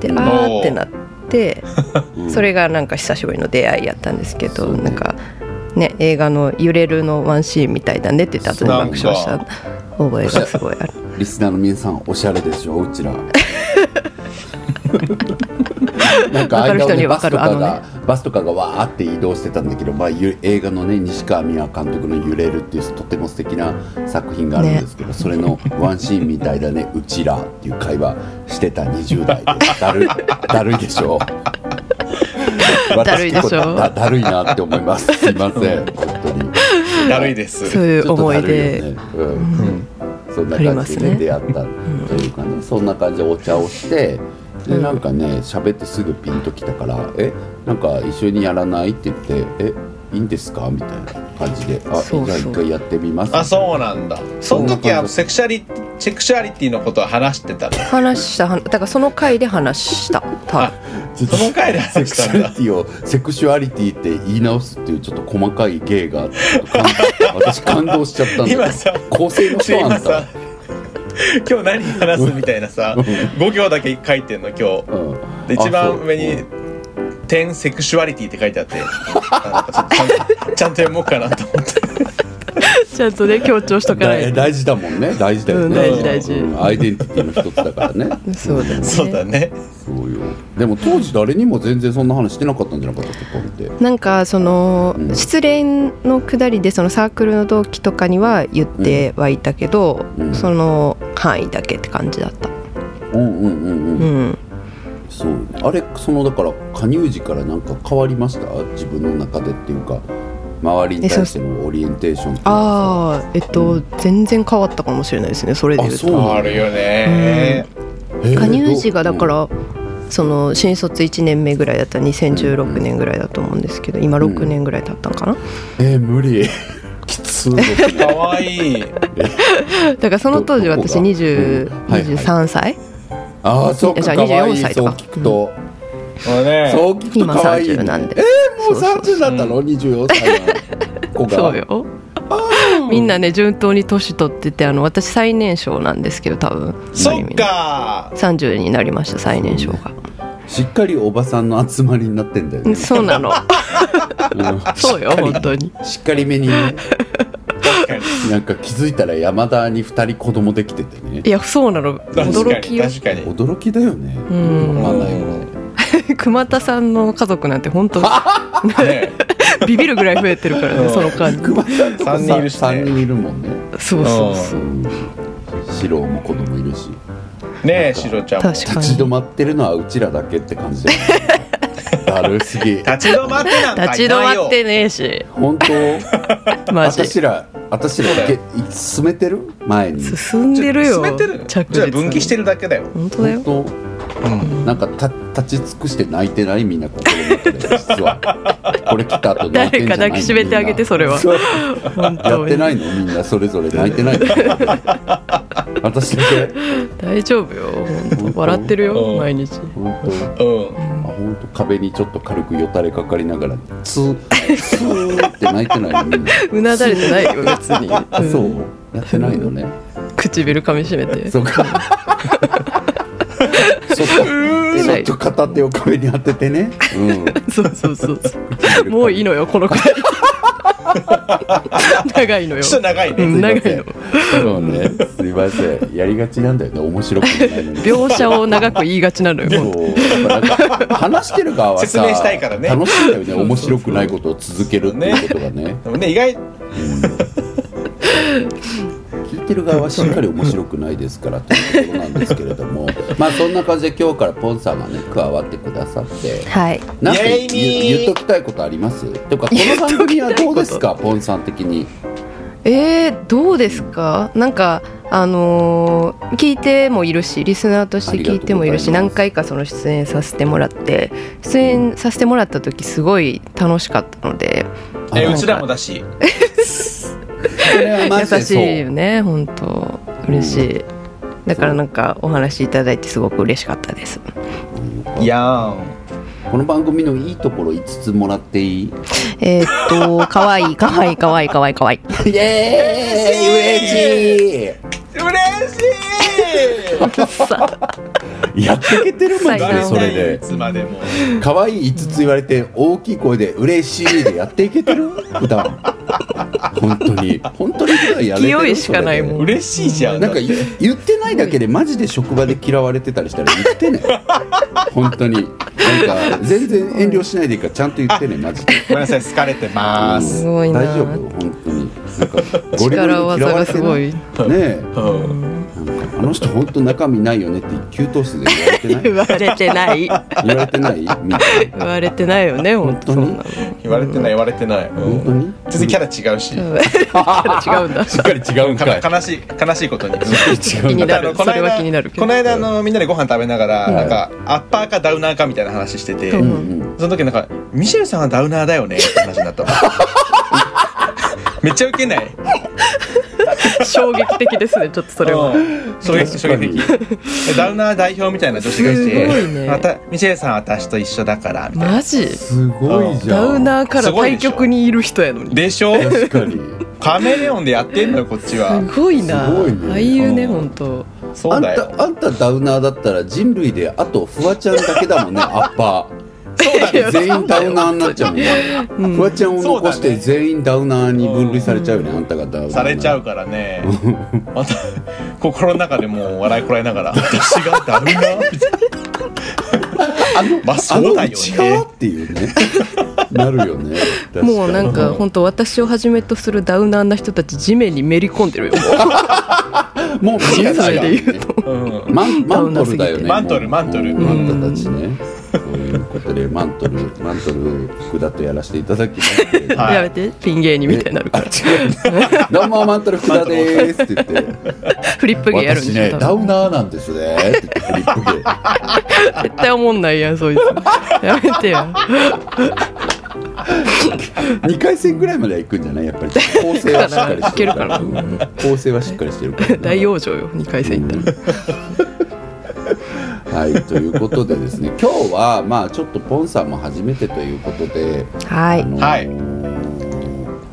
[SPEAKER 3] であ
[SPEAKER 2] うん
[SPEAKER 3] ーってなって
[SPEAKER 2] うん
[SPEAKER 3] それがなんか久しぶりの出会いやったんですけ
[SPEAKER 2] そ
[SPEAKER 3] ど
[SPEAKER 2] うね
[SPEAKER 3] なんかね映画の「揺れる」のワンシーンみたいだねって言って後で爆笑した覚えがすごい ある。
[SPEAKER 2] リスナーの皆さんおしゃれでしょうち らなんか
[SPEAKER 3] わかる
[SPEAKER 2] 間を
[SPEAKER 3] 人に
[SPEAKER 2] ねバ
[SPEAKER 3] はわ
[SPEAKER 2] スと
[SPEAKER 3] かる
[SPEAKER 2] かがバスとかがわーって移動してたんだけど、まあ、ゆ映画のね西川美和監督の「揺れる」っていうとても素敵な作品があるんですけど、それのワンシーンみたいだね「うちら」っていう会話してた20代ですだる いだるいでしょう
[SPEAKER 3] だるいでしょ
[SPEAKER 2] 私結構
[SPEAKER 3] う
[SPEAKER 2] だだるいなって思いますすいません本当に。
[SPEAKER 1] だるいです
[SPEAKER 3] そういう思い出、
[SPEAKER 2] ちょっとだるよねうんそんな
[SPEAKER 3] あり
[SPEAKER 2] 感
[SPEAKER 3] ます
[SPEAKER 2] じでね
[SPEAKER 3] ね
[SPEAKER 2] 出会ったというかねそんな感じでお茶をしてでなんかね喋ってすぐピンときたから「えなんか一緒にやらない?」って言って「えいいんですか?」みたいな感じで「あ
[SPEAKER 3] そうそう
[SPEAKER 2] じゃあ一回やってみます」
[SPEAKER 1] あそうなんだその時はセクシャリセクシャリティのことを話してたの
[SPEAKER 3] 話したはだからその回で話した多分
[SPEAKER 2] そ
[SPEAKER 1] その回で
[SPEAKER 2] セ
[SPEAKER 1] 話
[SPEAKER 2] ク
[SPEAKER 1] し
[SPEAKER 2] シ
[SPEAKER 1] た
[SPEAKER 2] ャ
[SPEAKER 1] ん
[SPEAKER 2] リ
[SPEAKER 1] だ
[SPEAKER 2] ティをセクシュアリティって言い直すっていうちょっと細かい芸があって感動私感動しちゃったんだけ ど
[SPEAKER 1] 今さ
[SPEAKER 2] 構成の人あ
[SPEAKER 1] 今
[SPEAKER 2] んた
[SPEAKER 1] さ、 今日何話すみたいなさ5行だけ書いてんの今日
[SPEAKER 2] うん
[SPEAKER 1] で一
[SPEAKER 2] あそ
[SPEAKER 1] 番
[SPEAKER 2] う
[SPEAKER 1] 上に
[SPEAKER 2] うん
[SPEAKER 1] 「点セクシュアリティ」って書いてあってあなんかちょっとちゃんちゃんと読もうかなと思って
[SPEAKER 3] ちゃんとね強調しとかな
[SPEAKER 2] 大
[SPEAKER 3] い
[SPEAKER 2] 大事だもんね大事だよね、
[SPEAKER 3] うん
[SPEAKER 1] 大事
[SPEAKER 3] 大事
[SPEAKER 2] うんアイデンティティの一つだからね
[SPEAKER 3] とそうだね
[SPEAKER 1] そうだね
[SPEAKER 2] そうよでも当時誰にも全然そんな話してなかったんじゃなかったっけポンって
[SPEAKER 3] なんかその
[SPEAKER 2] うん
[SPEAKER 3] 失恋のくだりでそのサークルの同期とかには言ってはいたけど、
[SPEAKER 2] うん
[SPEAKER 3] その範囲だけって感じだった、
[SPEAKER 2] うんうんうんうん、
[SPEAKER 3] うん、
[SPEAKER 2] そうねあれそのだから加入時からなんか変わりました自分の中でっていうか周りに対してのオリエンテーションっていうか
[SPEAKER 3] ああえっと、
[SPEAKER 2] う
[SPEAKER 3] 全然変わったかもしれないですねそれで言う
[SPEAKER 2] あそう
[SPEAKER 3] と
[SPEAKER 1] あるよね
[SPEAKER 2] えー
[SPEAKER 3] 加入時がだか
[SPEAKER 2] ど
[SPEAKER 3] ら、その新卒1年目ぐらいだった2016年ぐらいだと思うんですけど今6年ぐらい経ったんかな、
[SPEAKER 2] うえー無理 きつい
[SPEAKER 1] かわいい
[SPEAKER 3] だからその当時
[SPEAKER 2] どどこ
[SPEAKER 3] 私
[SPEAKER 2] が
[SPEAKER 3] 20
[SPEAKER 2] うんはいはい
[SPEAKER 3] 23歳
[SPEAKER 2] ああそっか
[SPEAKER 3] じゃあ
[SPEAKER 2] かわい
[SPEAKER 3] 24
[SPEAKER 2] い
[SPEAKER 3] 歳
[SPEAKER 2] そう
[SPEAKER 3] とか
[SPEAKER 2] 聞くと、
[SPEAKER 1] もうね
[SPEAKER 2] そう聞くと
[SPEAKER 3] 今
[SPEAKER 2] かわいい、
[SPEAKER 3] 30なんで
[SPEAKER 2] えーもう
[SPEAKER 3] そうそう
[SPEAKER 2] 30だったの24歳の子が
[SPEAKER 3] そうよみんなね順当に年取っててあの私最年少なんですけど多分
[SPEAKER 1] そっか
[SPEAKER 3] 30になりました最年少 が
[SPEAKER 2] しっかりおばさんの集まりになってんだよ
[SPEAKER 3] うん
[SPEAKER 2] ね、
[SPEAKER 3] そうなの
[SPEAKER 2] うん
[SPEAKER 3] そうよ本当に
[SPEAKER 2] しっかりめにね
[SPEAKER 1] 確かに
[SPEAKER 2] なんか気づいたら山田に2人子供できててね
[SPEAKER 3] いやそうなの
[SPEAKER 1] 確か
[SPEAKER 3] 驚き
[SPEAKER 1] に
[SPEAKER 3] よ
[SPEAKER 1] 確かに
[SPEAKER 2] 驚きだよね
[SPEAKER 3] うん
[SPEAKER 2] わかんないよね
[SPEAKER 3] 熊田さんの家族なんて本当
[SPEAKER 1] ね
[SPEAKER 3] ビビるぐらい増えてるから
[SPEAKER 1] う
[SPEAKER 3] ね
[SPEAKER 1] ん
[SPEAKER 3] その間に
[SPEAKER 2] 熊さんとか
[SPEAKER 1] 三人いるしね
[SPEAKER 2] 3人いるもんね
[SPEAKER 3] そうそうそう
[SPEAKER 2] 四郎も子供いるし
[SPEAKER 1] ねえシロちゃんも
[SPEAKER 3] 確
[SPEAKER 1] 立
[SPEAKER 3] か
[SPEAKER 2] 立ち止
[SPEAKER 3] に
[SPEAKER 2] まってるのはうちらだけって感じだよ ねだるすぎ
[SPEAKER 1] ち止まってなんかいな
[SPEAKER 3] 立
[SPEAKER 1] い
[SPEAKER 3] ち
[SPEAKER 1] よ
[SPEAKER 3] 止まってねえし
[SPEAKER 2] 本当
[SPEAKER 3] マジ
[SPEAKER 2] 私ら私らいけ進めてる前に
[SPEAKER 3] 進んでるよ
[SPEAKER 1] 進めてる
[SPEAKER 3] 着実に
[SPEAKER 1] じゃあ分岐してるだけだよ
[SPEAKER 3] 本当だ
[SPEAKER 2] 本
[SPEAKER 3] よ
[SPEAKER 2] 当なんかた立ち尽くして泣いてないみんな心の中で実 はこれ来た後泣いてんじゃない
[SPEAKER 3] 誰か抱きしめてあげてそれは
[SPEAKER 2] そう
[SPEAKER 3] 本
[SPEAKER 2] やっ
[SPEAKER 3] 当
[SPEAKER 2] て
[SPEAKER 3] に
[SPEAKER 2] ないのみんなそれぞれ泣いて ないの私だけ
[SPEAKER 3] 大丈夫よ本当笑ってる
[SPEAKER 1] う
[SPEAKER 3] よ
[SPEAKER 1] ん
[SPEAKER 3] 毎日
[SPEAKER 2] 本当あ
[SPEAKER 1] うん
[SPEAKER 2] 本当壁にちょっと軽くよたれかかりながらツーツーって泣いてないのみんな
[SPEAKER 3] うなだれてないよ別に、
[SPEAKER 2] あそ
[SPEAKER 3] ん
[SPEAKER 2] うやってないのね
[SPEAKER 3] 唇噛みしめて
[SPEAKER 2] そうかそっとそっと片手を壁に当ててね、 うん、
[SPEAKER 3] そうそうそうそうもういいのよこのくらい 長いのよ
[SPEAKER 1] ちょっと長いね、
[SPEAKER 3] うん長いの
[SPEAKER 2] そうねすいませんやりがちなんだよね面白くもないのに
[SPEAKER 3] 描写を長く言いがちなのよ
[SPEAKER 2] そ
[SPEAKER 3] 本
[SPEAKER 2] うやっぱなんか話してる側はさ
[SPEAKER 1] 説明したいからね
[SPEAKER 2] 楽しいんだよね面白くないことを続けるっていうことがね
[SPEAKER 1] でもね意外
[SPEAKER 2] 聞いてる側はしっかり面白くないですからということなんですけれどもまあそんな感じで今日からポンさんがね加わってくださって
[SPEAKER 3] 当はい
[SPEAKER 2] なんか
[SPEAKER 1] イエ
[SPEAKER 2] 言
[SPEAKER 1] イ
[SPEAKER 2] 言言っときたいことありますとかこの番組はどうですかポンさん的に
[SPEAKER 3] えー、どうですかなんかあのー聞いてもいるしリスナーとして聞いてもいる
[SPEAKER 2] あ
[SPEAKER 3] し
[SPEAKER 2] りがとうご
[SPEAKER 3] 何
[SPEAKER 2] ざ
[SPEAKER 3] 回かその出演させてもらって出演させてもらった時すごい楽しかったので
[SPEAKER 1] え
[SPEAKER 2] あ
[SPEAKER 1] うちらもだし
[SPEAKER 2] それはマ
[SPEAKER 3] 優
[SPEAKER 2] ジで
[SPEAKER 3] し
[SPEAKER 2] そう
[SPEAKER 3] いよね本当嬉しい、だからなんかお話いただいてすごく嬉しかったです
[SPEAKER 1] いやん
[SPEAKER 2] この番組のいいところ5つもらっていい
[SPEAKER 3] えー、っ と可愛い可愛い可愛い可愛い可愛い
[SPEAKER 2] イエーイ嬉し
[SPEAKER 1] 嬉
[SPEAKER 2] い
[SPEAKER 1] しい
[SPEAKER 2] やってけてるもん
[SPEAKER 3] 最
[SPEAKER 2] ね
[SPEAKER 3] 高
[SPEAKER 2] それ
[SPEAKER 1] い
[SPEAKER 2] で
[SPEAKER 1] つまでも
[SPEAKER 2] 可愛い5つ言われて大きい声で「嬉しい」でやっていけてる普段本当に本当に普段やれてる
[SPEAKER 3] 勢いしかないもん
[SPEAKER 2] それ
[SPEAKER 1] 嬉しいじゃ
[SPEAKER 2] で
[SPEAKER 1] ん
[SPEAKER 2] なんか
[SPEAKER 1] だって
[SPEAKER 2] 言言ってないだけでマジで職場で嫌われてたりしたら言ってね本当になんか全然遠慮しないでいいからちゃんと言ってねマジで
[SPEAKER 1] ごめんなさい好かれて
[SPEAKER 2] あ
[SPEAKER 1] ます
[SPEAKER 3] すごいな
[SPEAKER 2] 大丈夫本当になんかゴリゴリに嫌われて
[SPEAKER 3] 力技がすごい
[SPEAKER 2] ねえ
[SPEAKER 1] うん
[SPEAKER 2] なんかあの人本当中身ないよねって給湯室で言われてない
[SPEAKER 3] 言われてな
[SPEAKER 2] 言われてないみ
[SPEAKER 3] い
[SPEAKER 2] んな
[SPEAKER 3] 言われてないよね本当そんなの
[SPEAKER 1] 言われてない言われてない、うん
[SPEAKER 2] 本当に
[SPEAKER 1] 全然キャラ違うし、
[SPEAKER 3] 違うんだ
[SPEAKER 2] しっかり違うんかい
[SPEAKER 1] かな悲しい悲しいことに
[SPEAKER 2] 違
[SPEAKER 3] 気
[SPEAKER 2] うんだ
[SPEAKER 3] にな
[SPEAKER 1] あ
[SPEAKER 3] る
[SPEAKER 1] のこの
[SPEAKER 3] それは
[SPEAKER 1] 間
[SPEAKER 3] 気になるけど
[SPEAKER 1] この間あのみんなでご飯食べながら、
[SPEAKER 2] はい
[SPEAKER 1] なんかアッパーかダウナーかみたいな話してて、
[SPEAKER 2] う
[SPEAKER 3] う
[SPEAKER 2] ん
[SPEAKER 3] ん
[SPEAKER 2] うん
[SPEAKER 1] その時なんか「ミシェルさんはダウナーだよね」って話になったのめっちゃウケない
[SPEAKER 3] 衝撃的ですねちょっとそれは
[SPEAKER 1] うん衝撃衝撃的ダウナー代表みたいな女子がい
[SPEAKER 3] すごい
[SPEAKER 1] て
[SPEAKER 3] ね
[SPEAKER 1] またミシェルさんは私と一緒だから」みたいな
[SPEAKER 3] マジ
[SPEAKER 2] すごいじゃ
[SPEAKER 3] ダ
[SPEAKER 2] ん
[SPEAKER 3] ウナーから対局にいる人やのに
[SPEAKER 1] でしょ
[SPEAKER 2] 確かに
[SPEAKER 1] カメレオンでやってんのよこっちは
[SPEAKER 3] すごいな
[SPEAKER 2] すごいね
[SPEAKER 3] ああいうね
[SPEAKER 1] うん
[SPEAKER 3] 本当
[SPEAKER 1] そ
[SPEAKER 2] あ
[SPEAKER 1] うんだよ
[SPEAKER 2] たあんたダウナーだったら人類であとフワちゃんだけだもんねアッパ
[SPEAKER 1] そうだ
[SPEAKER 2] ー
[SPEAKER 1] ね
[SPEAKER 2] 全員ダウナーになっちゃうもんね
[SPEAKER 3] うん
[SPEAKER 2] フワちゃんを残し
[SPEAKER 1] そうだ
[SPEAKER 2] て
[SPEAKER 1] ね
[SPEAKER 2] 全員ダウナーに分類されちゃうよねあんたがダウナー
[SPEAKER 1] されちゃう
[SPEAKER 2] か
[SPEAKER 1] からねまた心の中でもう笑いこらえながら「私がダウナー」みたいな
[SPEAKER 2] あの
[SPEAKER 1] まあそうだよね
[SPEAKER 2] あの内側っていうねなるよね確かに
[SPEAKER 3] もうなんか本当私をはじめとするダウナーな人たち地面にめり込んでるよも
[SPEAKER 2] もう見えないよね
[SPEAKER 3] それで言う
[SPEAKER 1] うん
[SPEAKER 2] マンマントルだよね
[SPEAKER 1] マントル
[SPEAKER 2] もう
[SPEAKER 1] マントル
[SPEAKER 2] マントルたちねということでマントルマントル福田とやらせていただきまして
[SPEAKER 3] う
[SPEAKER 1] はい
[SPEAKER 3] やめてピン芸人みたいになるから
[SPEAKER 2] 「どうもマントル福田でーす」って言って
[SPEAKER 3] フリップ芸やるん
[SPEAKER 2] 私
[SPEAKER 3] で
[SPEAKER 2] ね
[SPEAKER 3] しょ
[SPEAKER 2] ダ
[SPEAKER 3] 多
[SPEAKER 2] ウ
[SPEAKER 3] 分
[SPEAKER 2] ナーなんですねって言ってフリップで
[SPEAKER 3] 絶対おもんないやんそいつ やめてよ
[SPEAKER 2] 2回戦ぐらいまでは行くんじゃないやっぱり構成はしっかりしてるから
[SPEAKER 3] い
[SPEAKER 2] うん構成はしっかりしてるからね
[SPEAKER 3] 大往生よ2回戦行ったら
[SPEAKER 2] はいということでですね今日はまあちょっとポンさんも初めてということで、
[SPEAKER 3] は
[SPEAKER 2] あ
[SPEAKER 3] い
[SPEAKER 2] のー
[SPEAKER 1] はい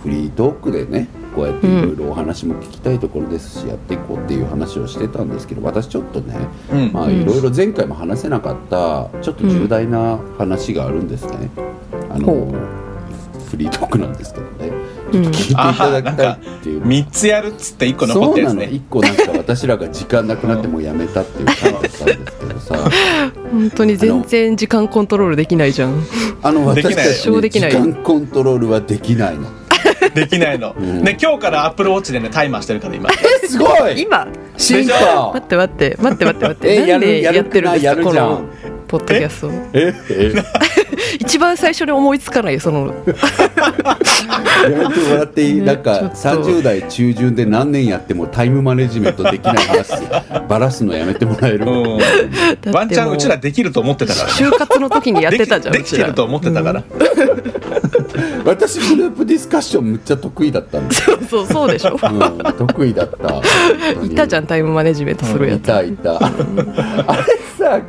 [SPEAKER 2] フリートークでねこうやっていろいろお話も聞きたいところですし、やっていこうっていう話をしてたんですけど私ちょっとね
[SPEAKER 1] うん
[SPEAKER 2] まあ
[SPEAKER 3] うん
[SPEAKER 2] いろいろ前回も話せなかったちょっと重大な話があるんですね、あの
[SPEAKER 3] ほ
[SPEAKER 2] フリートークなんですけどね
[SPEAKER 3] う
[SPEAKER 2] 聞い
[SPEAKER 3] ん
[SPEAKER 2] ていただきたいっていう
[SPEAKER 1] 3つやるっつって1個残
[SPEAKER 2] そ
[SPEAKER 1] っ
[SPEAKER 2] う
[SPEAKER 1] たや
[SPEAKER 2] な
[SPEAKER 1] つ
[SPEAKER 2] の
[SPEAKER 1] ね
[SPEAKER 2] 一個なんか私らが時間なくなってもうやめたっていう感じだったんですけど さ
[SPEAKER 3] 本当に全然時間コントロールできないじゃん
[SPEAKER 2] あの
[SPEAKER 1] できな
[SPEAKER 2] 私
[SPEAKER 1] い
[SPEAKER 2] たち
[SPEAKER 3] そう
[SPEAKER 2] ね
[SPEAKER 3] で
[SPEAKER 2] 時
[SPEAKER 3] きない
[SPEAKER 2] 間コントロールはできないの
[SPEAKER 1] できないの、
[SPEAKER 2] ん
[SPEAKER 1] ね今日からアップルウォッチでねタイマーしてるから今
[SPEAKER 2] えすごい
[SPEAKER 3] 今
[SPEAKER 2] 進
[SPEAKER 3] 待っ
[SPEAKER 2] 化
[SPEAKER 3] て待って待って待って待って
[SPEAKER 2] え
[SPEAKER 3] なんで
[SPEAKER 2] やる
[SPEAKER 3] やってるんです
[SPEAKER 2] や
[SPEAKER 3] か
[SPEAKER 2] る
[SPEAKER 3] こ
[SPEAKER 2] じゃん
[SPEAKER 3] のポッドキャストを
[SPEAKER 2] ええ
[SPEAKER 3] 一番最初に思いつかないよその
[SPEAKER 2] やめてもらっていい
[SPEAKER 3] ね
[SPEAKER 2] なんか
[SPEAKER 3] ちょっと
[SPEAKER 2] 30代中旬で何年やってもタイムマネジメントできない 話バラすのやめてもらえる
[SPEAKER 1] う
[SPEAKER 3] だって
[SPEAKER 1] ん
[SPEAKER 3] も
[SPEAKER 1] ワンチャンうちらできると思ってたから
[SPEAKER 3] 就活の時にやってたじゃん
[SPEAKER 1] できできてると思ってたから、
[SPEAKER 2] 私グループディスカッションむっちゃ得意だったんです、
[SPEAKER 3] うん そうそうでしょ
[SPEAKER 2] うん、得意だった
[SPEAKER 3] いたじゃんタイムマネジメントするや
[SPEAKER 2] い
[SPEAKER 3] つ
[SPEAKER 2] たいたあれさ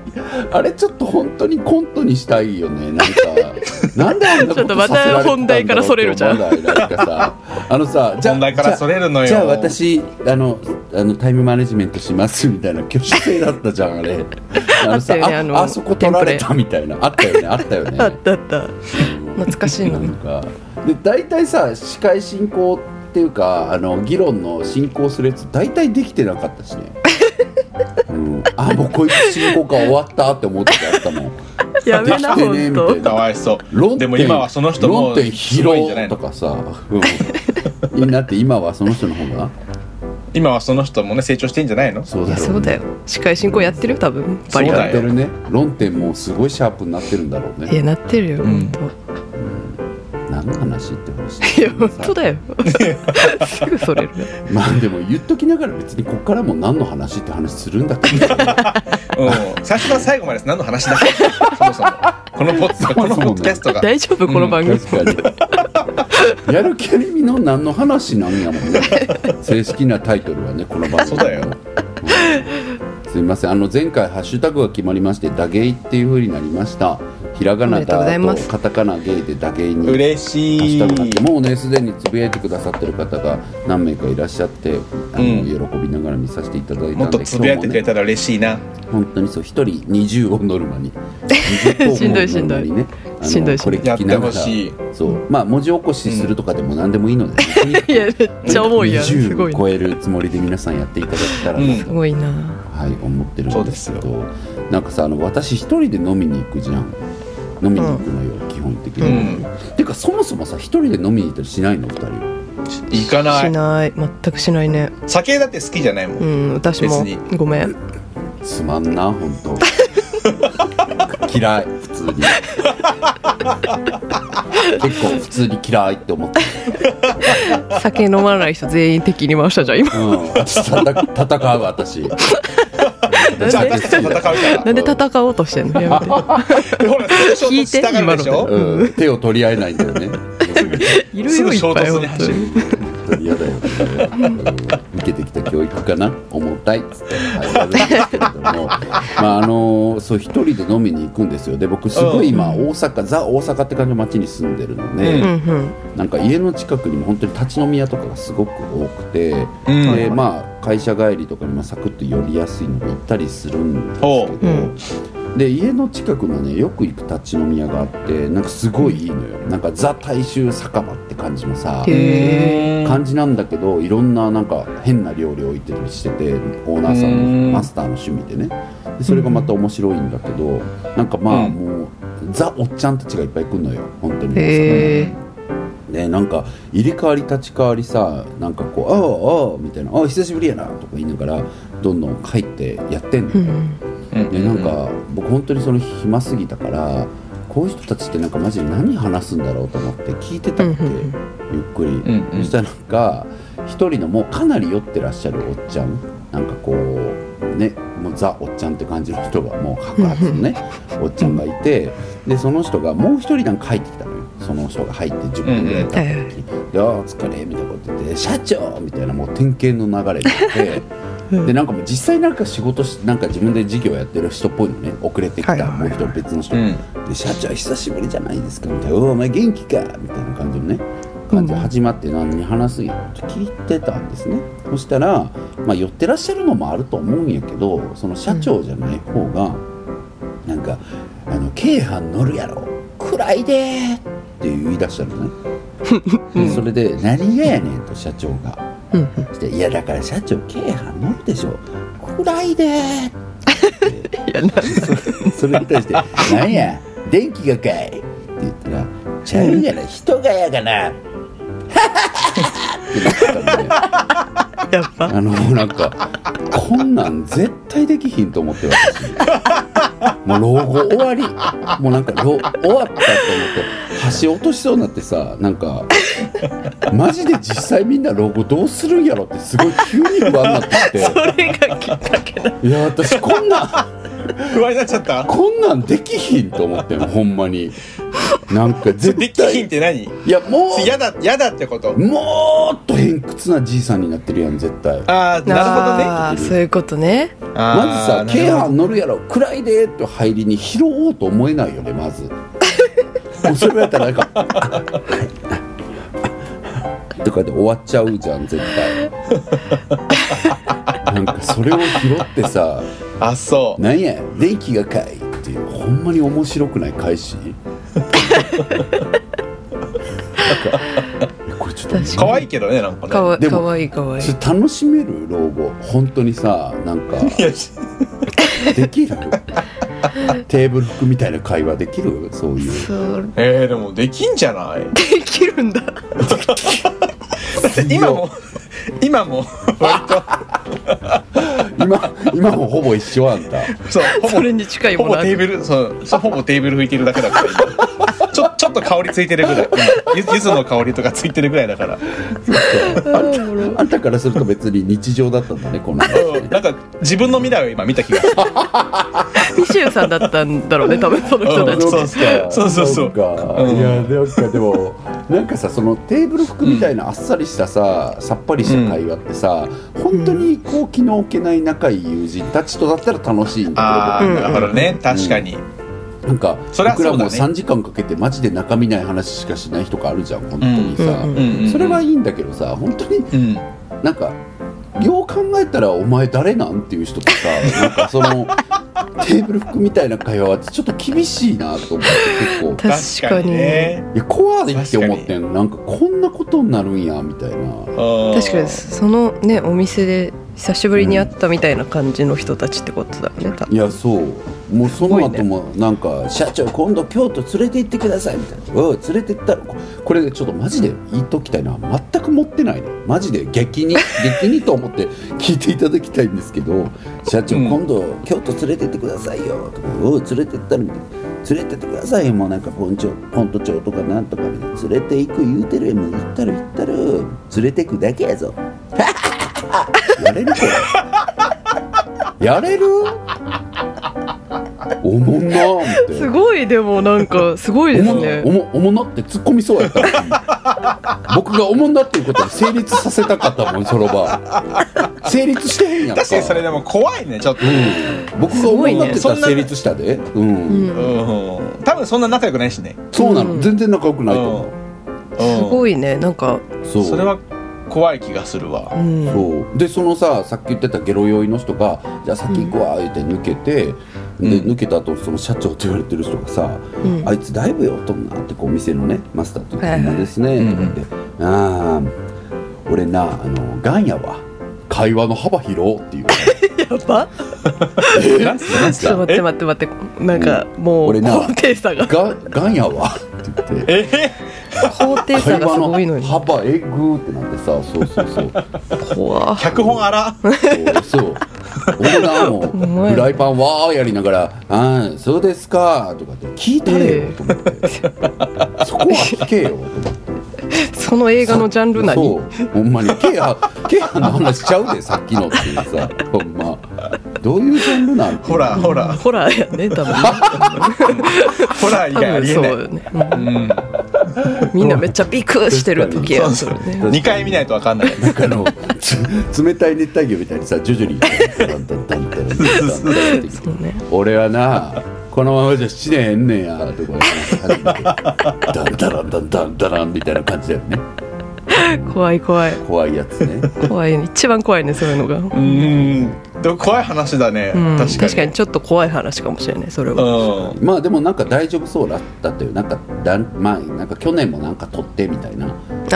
[SPEAKER 2] あれちょっと本当にコントにしたいよねなんかなんであんな
[SPEAKER 3] ち
[SPEAKER 2] こ
[SPEAKER 3] ょっ
[SPEAKER 2] と
[SPEAKER 3] と
[SPEAKER 2] さ
[SPEAKER 3] ま
[SPEAKER 2] せられたんだろう
[SPEAKER 3] た本題からそれるじゃ
[SPEAKER 2] っ
[SPEAKER 3] ん
[SPEAKER 2] て思わないなんかさあのさじゃあ
[SPEAKER 1] 本題からそれるのよ
[SPEAKER 2] じゃあじゃあ私あのあのタイムマネジメントしますみたいな挙手制だったじゃんあ れあのさ
[SPEAKER 3] あったよねあの
[SPEAKER 2] あそこ取られたみたいなあった よねあったよね
[SPEAKER 3] あったあった懐かしい
[SPEAKER 2] な
[SPEAKER 3] な
[SPEAKER 2] んかで大体さ司会進行っていうかあの議論の進行するやつ大体できてなかったし ね、うん、あもうこいつ進行が終わったって思ってやったもん
[SPEAKER 3] やめな
[SPEAKER 2] できてねえみたい
[SPEAKER 3] 本
[SPEAKER 2] な
[SPEAKER 3] 当
[SPEAKER 1] かわいそう
[SPEAKER 2] 論点
[SPEAKER 1] でも今はその人も
[SPEAKER 2] 論点
[SPEAKER 1] すごいんじゃない
[SPEAKER 2] 広と
[SPEAKER 1] の
[SPEAKER 2] かさ、うん、になって今はその人の方が
[SPEAKER 1] 今はその人もね成長してんじゃない の
[SPEAKER 2] そう
[SPEAKER 3] い
[SPEAKER 2] だ
[SPEAKER 3] や
[SPEAKER 2] ろう,、ね、
[SPEAKER 3] そうだよ司会進行やってるよ多分バリ
[SPEAKER 1] そう
[SPEAKER 3] バ
[SPEAKER 1] だ
[SPEAKER 2] や
[SPEAKER 1] よ
[SPEAKER 2] ってるね論点もすごいシャープになってるんだろう
[SPEAKER 3] リいや
[SPEAKER 2] ね
[SPEAKER 3] なってるよ
[SPEAKER 1] うん
[SPEAKER 3] 本当
[SPEAKER 2] 何の話って話
[SPEAKER 3] いや本当だよすぐそれ る
[SPEAKER 2] まあでも言っときながら別にこっからも何の話って話するんだけど
[SPEAKER 1] うん最初から最後まで何の話だっけそもそもこのポッこのポッドキャストが
[SPEAKER 3] 大丈夫こ の番組
[SPEAKER 2] 確かにやる気ありみの何の話なんやもんね正式なタイトルはねこの番組
[SPEAKER 1] そうだよ
[SPEAKER 2] うんすいませんあの前回ハッシュタグが決まりましてダゲイっていう風になりましたひらが
[SPEAKER 3] お
[SPEAKER 2] な
[SPEAKER 3] めでとうございま
[SPEAKER 2] だ
[SPEAKER 3] す
[SPEAKER 2] とカタカナゲイでダゲイに
[SPEAKER 1] 嬉
[SPEAKER 2] ハッシ
[SPEAKER 1] し
[SPEAKER 2] ュ
[SPEAKER 1] い
[SPEAKER 2] タグになってもうねすでにつぶやいてくださってる方が何名かいらっしゃってあの、
[SPEAKER 1] うん
[SPEAKER 2] 喜びながら見させていただいたんで
[SPEAKER 1] もっとつぶやいてくれ
[SPEAKER 2] 今日もね
[SPEAKER 1] たら嬉しいな
[SPEAKER 2] 本当にそう一人20をノル マに20
[SPEAKER 3] しんどいしんどい
[SPEAKER 2] 投稿をノルマにねあの
[SPEAKER 3] しんどいしんどい
[SPEAKER 2] これ
[SPEAKER 1] や
[SPEAKER 2] 聞
[SPEAKER 1] って
[SPEAKER 2] きなが
[SPEAKER 1] ほ
[SPEAKER 2] ら
[SPEAKER 1] しい
[SPEAKER 2] そうまあ文字起こしするとかでも何でもいいので、ね
[SPEAKER 3] いや めっちゃ重いやんすごい
[SPEAKER 2] 20
[SPEAKER 3] な
[SPEAKER 2] 超えるつもりで皆さんやっていただけたらな
[SPEAKER 1] うん
[SPEAKER 3] す
[SPEAKER 2] と、
[SPEAKER 3] ごいな
[SPEAKER 2] はい、思ってるんですけ
[SPEAKER 1] そ
[SPEAKER 2] どなんかさあの私一人で飲みに行くじゃん飲みに行くのよ、基本的に、
[SPEAKER 1] う
[SPEAKER 2] てかそもそもさ一人で飲みに行ったりしないの二人
[SPEAKER 1] 行かな
[SPEAKER 3] し
[SPEAKER 1] い
[SPEAKER 3] ない全くしないね
[SPEAKER 1] 酒だって好きじゃないもん、
[SPEAKER 3] うん私も
[SPEAKER 1] 別
[SPEAKER 3] ごめん
[SPEAKER 2] すまんな本当嫌い普通に結構普通に嫌いって思って
[SPEAKER 3] 酒飲まない人全員敵に回したじゃん今
[SPEAKER 2] うん私戦戦う私
[SPEAKER 1] じゃあ私たちと戦うから
[SPEAKER 3] なんで戦おうとしてんのやめて
[SPEAKER 1] でほらすぐ衝突したがるでし
[SPEAKER 3] 聞いて今の
[SPEAKER 1] ょ
[SPEAKER 2] うん、手を取り合えないんだよね
[SPEAKER 3] いるよ い
[SPEAKER 1] すぐ
[SPEAKER 3] っぱい
[SPEAKER 1] 衝突に
[SPEAKER 3] 本当
[SPEAKER 1] 走る
[SPEAKER 3] に
[SPEAKER 2] 本当に嫌だよ、うん受けてきた教育かな重たいっつってはいやるんですけれどもまああのそう一人で飲みに行くんですよで僕すごい今大阪、ザ大阪って感じの街に住んでるので、
[SPEAKER 1] う
[SPEAKER 3] うんうん
[SPEAKER 2] なんか家の近くにも本当に立ち飲み屋とかがすごく多くて、
[SPEAKER 1] うん
[SPEAKER 2] でまあ会社帰りとかにもサクッと寄りやすいのが行ったりするんですけ
[SPEAKER 1] お
[SPEAKER 2] ど、
[SPEAKER 1] う
[SPEAKER 3] うん
[SPEAKER 2] で家の近くのねよく行く立ち飲み屋があってなんかすごいいいのよなんかザ大衆酒場って感じのさ
[SPEAKER 3] へ
[SPEAKER 1] へー
[SPEAKER 2] 感じなんだけどいろんななんか変な料理を置いてたりしててオーナーさ
[SPEAKER 1] うんん
[SPEAKER 2] のマスターの趣味でねでそれがまた面白いんだけどなんかまあ
[SPEAKER 1] うん
[SPEAKER 2] もう、ザおっちゃんたちがいっぱい来るのよ本当に
[SPEAKER 3] へえ
[SPEAKER 2] ね、なんか入れ替わり立ち替わりさなんかこう「ああああ」みたいな「ああ久しぶりやな」とか言いながらどんどん帰ってやってんの
[SPEAKER 3] う
[SPEAKER 2] よ、
[SPEAKER 3] ん
[SPEAKER 1] うん
[SPEAKER 2] でなんか僕本当にその暇すぎたからこういう人たちってなんかマジで何話すんだろうと思って聞いてたって、
[SPEAKER 3] うんうん
[SPEAKER 2] ゆっくり、
[SPEAKER 1] うんうん
[SPEAKER 2] そしたらなんか一人のもうかなり酔ってらっしゃるおっちゃんなんかこうねもうザおっちゃんって感じの人がもう白髪のねおっちゃんがいてでその人がもう一人なんか入ってきたのよその人が入って10分ぐらい経った時に「であーお疲れ」みたいなこと言って「社長!」みたいなもう典型の流れでって。でなんかもう実際なんか仕事しなんか自分で事業やってる人っぽいのね遅れてき
[SPEAKER 3] はい
[SPEAKER 2] た
[SPEAKER 3] はいはい
[SPEAKER 2] もう一人別の人
[SPEAKER 1] う
[SPEAKER 2] が、
[SPEAKER 1] ん
[SPEAKER 2] で社長久しぶりじゃないですかみたいな「おお前元気か」みたいな感じのね感じで始まって何に話すんやろって聞いてたんですね、そしたら、まあ、寄ってらっしゃるのもあると思うんやけどその社長じゃない方が、なんか「あの京阪乗るやろ暗いで」って言い出したのね、でそれで「何がやねん」と社長が。
[SPEAKER 3] うんうん
[SPEAKER 2] そしていやだから社長京阪乗るでしょ暗いでー」
[SPEAKER 3] いやな
[SPEAKER 2] それに対して「なんや電気がかい」って言ったら「ちゃうやら人がやがな」 ってなったんで
[SPEAKER 3] やっぱ
[SPEAKER 2] あのなんかこんなん絶対できひんと思って私もう老後終わりもうなんか老終わったと思って橋落としそうになってさなんかマジで実際みんな老後どうするんやろってすごい急に不安になってきて
[SPEAKER 3] それがきっかけだ
[SPEAKER 2] いや私こんなん
[SPEAKER 1] 不安になっちゃった
[SPEAKER 2] こんなんできひんと思ってんほんまになんか
[SPEAKER 1] で
[SPEAKER 2] 絶
[SPEAKER 1] きひん
[SPEAKER 2] 対
[SPEAKER 1] って何
[SPEAKER 2] いやも
[SPEAKER 1] 嫌だ嫌だってこと
[SPEAKER 2] うもっと偏屈なじいさんになってるやん絶対
[SPEAKER 1] ああ な
[SPEAKER 3] あーそういうことね
[SPEAKER 1] るほどね
[SPEAKER 2] まず
[SPEAKER 1] あ
[SPEAKER 2] さ
[SPEAKER 1] ー
[SPEAKER 2] 京
[SPEAKER 1] なるほ
[SPEAKER 2] 阪乗るやろ暗いでーと入りに拾おうと思えないよねまずもうそれやったらなんかあ「あとかで終わっちゃうじゃん絶対なんかそれを拾ってさ
[SPEAKER 1] どあそ
[SPEAKER 2] 「なんや電気がかい」っていうほんまに面白くない返しなんかこれちょっと
[SPEAKER 1] う可愛いけどねなんかね
[SPEAKER 3] かわ
[SPEAKER 2] でも
[SPEAKER 3] かわいいかわいい
[SPEAKER 2] それ楽しめる老後本当にさなんか
[SPEAKER 1] いや
[SPEAKER 2] できるテーブル服みたいな会話できるそういう
[SPEAKER 3] そう
[SPEAKER 1] えー、でもできんじゃない
[SPEAKER 3] できるんだ
[SPEAKER 1] 今も今も割と
[SPEAKER 2] 今今もほぼ一緒あんた
[SPEAKER 1] そうほ
[SPEAKER 3] そ
[SPEAKER 1] ぼ
[SPEAKER 3] れに近い
[SPEAKER 1] ほ
[SPEAKER 3] も
[SPEAKER 1] ぼ
[SPEAKER 3] のあ
[SPEAKER 1] テー
[SPEAKER 3] る
[SPEAKER 1] ブルそうそうほぼテーブル拭いてるだけだから今ちょちょっと香りついてるぐらい今ゆゆずの香りとかついてるぐらいだから
[SPEAKER 2] あんたからすると別に日常だったんだねこの
[SPEAKER 1] うんなんか自分の未来を今見た気がする
[SPEAKER 3] ミシューさんだったんだろうね多分その人たち
[SPEAKER 1] そうそうそうそう
[SPEAKER 2] なんか、
[SPEAKER 1] うん
[SPEAKER 2] いやなんかでもなんかさそのテーブル服みたいなあっさりしたさ、さっぱりした会話ってさ、本当にこう気の置けない仲いい友人たちとだったら楽しいんだ
[SPEAKER 1] あ
[SPEAKER 2] け
[SPEAKER 1] あ
[SPEAKER 2] れども、
[SPEAKER 1] なるほどね確かに
[SPEAKER 2] なんか
[SPEAKER 1] そりゃそ
[SPEAKER 2] 僕
[SPEAKER 1] うだね
[SPEAKER 2] らも3時間かけてマジで中身ない話しかしない人があるじゃん本当にさ、
[SPEAKER 3] うんう
[SPEAKER 1] う
[SPEAKER 3] ん
[SPEAKER 1] んうんうん
[SPEAKER 2] それはいいんだけどさ本当に
[SPEAKER 1] うん
[SPEAKER 2] なんかよう考えたらお前誰なんっていう人とさなんかそのテーブル服みたいな会話はちょっと厳しいなと思って結構。
[SPEAKER 3] 確かに
[SPEAKER 1] ね
[SPEAKER 2] いや怖いって思ってんなんかこんなことになるんやみたいな
[SPEAKER 1] うん
[SPEAKER 3] 確かにそのねお店で久しぶりに会ったみたいな感じの人たちってことだよね多分
[SPEAKER 2] いやそうもうその後もなんか「社長今度京都連れて行ってください」みたいな「うん連れて行ったらここれちょっとマジで言っときたいのは全く持ってないねマジで激に 激にと思って聞いていただきたいんですけど「社長
[SPEAKER 1] うん
[SPEAKER 2] 今度京都連れて行ってくださいよ」とか「うん連れて行ったら」みたいな。連れてってくださいよもうなんかポンチョポント町とかなんとかみたいな連れて行く言うてるよもう行ったら行ったら連れて行くだけやぞやれるこれやれるおもんなーみたい
[SPEAKER 3] す
[SPEAKER 2] な
[SPEAKER 3] ごいでもなんかすごいです
[SPEAKER 2] おも
[SPEAKER 3] ね
[SPEAKER 2] おもおもなって突っ込みそうやった僕がおもんなっていうことに成立させたかったもんその場成立してへんやんか
[SPEAKER 1] 確かにそれでも怖いねちょっと、
[SPEAKER 2] うん、僕がおもんなってたら成立したで、うん、
[SPEAKER 3] うん
[SPEAKER 1] うん、多分そんな仲良くないしね
[SPEAKER 2] そうなの、
[SPEAKER 3] うん
[SPEAKER 2] 全然仲良くないと思う、
[SPEAKER 1] うん
[SPEAKER 3] すごいねなんか
[SPEAKER 2] そう
[SPEAKER 1] それは怖い気がするわ
[SPEAKER 3] う、ん
[SPEAKER 2] そうでそのささっき言ってたゲロ酔いの人が「じゃあ先行くわ」言って抜けて、
[SPEAKER 1] うん
[SPEAKER 2] で抜けた後その社長と言われてる人がさ「
[SPEAKER 3] うん
[SPEAKER 2] あいつだいぶ酔っとんな」ってこう店のねマスターと「
[SPEAKER 3] はいはい
[SPEAKER 2] 女ですね」とか言って「ああ俺なあのガンやわ会話の幅広」っていう
[SPEAKER 3] やば
[SPEAKER 1] なんすかなんす
[SPEAKER 3] ちょっと
[SPEAKER 1] か
[SPEAKER 3] 待って待って待ってなんかもう
[SPEAKER 2] 俺な
[SPEAKER 3] 高低
[SPEAKER 2] 「
[SPEAKER 3] 差が
[SPEAKER 2] ガンガンやわ」って言って。
[SPEAKER 1] ええ
[SPEAKER 3] 高低差
[SPEAKER 2] 会
[SPEAKER 3] が
[SPEAKER 2] 話
[SPEAKER 3] すごいの
[SPEAKER 2] の
[SPEAKER 3] に
[SPEAKER 2] 幅えぐーってなってさそうそうそう
[SPEAKER 3] 怖
[SPEAKER 1] 脚本あら
[SPEAKER 2] そう。俺らもフライパンわーやりながら「ああそうですか」とかって聞いたれよと思って、そこは聞けよと思って
[SPEAKER 3] その映画のジャンル何
[SPEAKER 2] そうほんまにケアケアの話しちゃうでさっきのっていうさほんまどういうジャンルなんて
[SPEAKER 1] ほらほら
[SPEAKER 3] ホラーやね多分
[SPEAKER 1] ほら以
[SPEAKER 3] 多
[SPEAKER 1] 外あ
[SPEAKER 3] 分
[SPEAKER 1] りえ
[SPEAKER 3] そう
[SPEAKER 1] ない
[SPEAKER 3] よね、うん
[SPEAKER 1] うん
[SPEAKER 3] みんなめっちゃビクしてる時やそれね
[SPEAKER 1] 2回見ないとわかんない
[SPEAKER 2] なんかあのつ冷たい熱帯魚みたいにさ徐々にだんだんだんだんだんだんだんってきて
[SPEAKER 3] そうね
[SPEAKER 2] 俺はなこのままじゃ死ねへんねんやとか言ってダンダランダンダンダランみたいな感じだよね
[SPEAKER 3] 怖い怖い
[SPEAKER 2] 怖いやつ ね
[SPEAKER 3] 怖い一番怖いねそういうのが、
[SPEAKER 1] うーんでも怖い話だね、
[SPEAKER 3] うん、
[SPEAKER 1] 確かに
[SPEAKER 3] ちょっと怖い話かもしれないそれは、
[SPEAKER 1] う
[SPEAKER 2] まあでもなんか大丈夫そうだったというなんかだんまあなんか去年もなんか取ってみたいな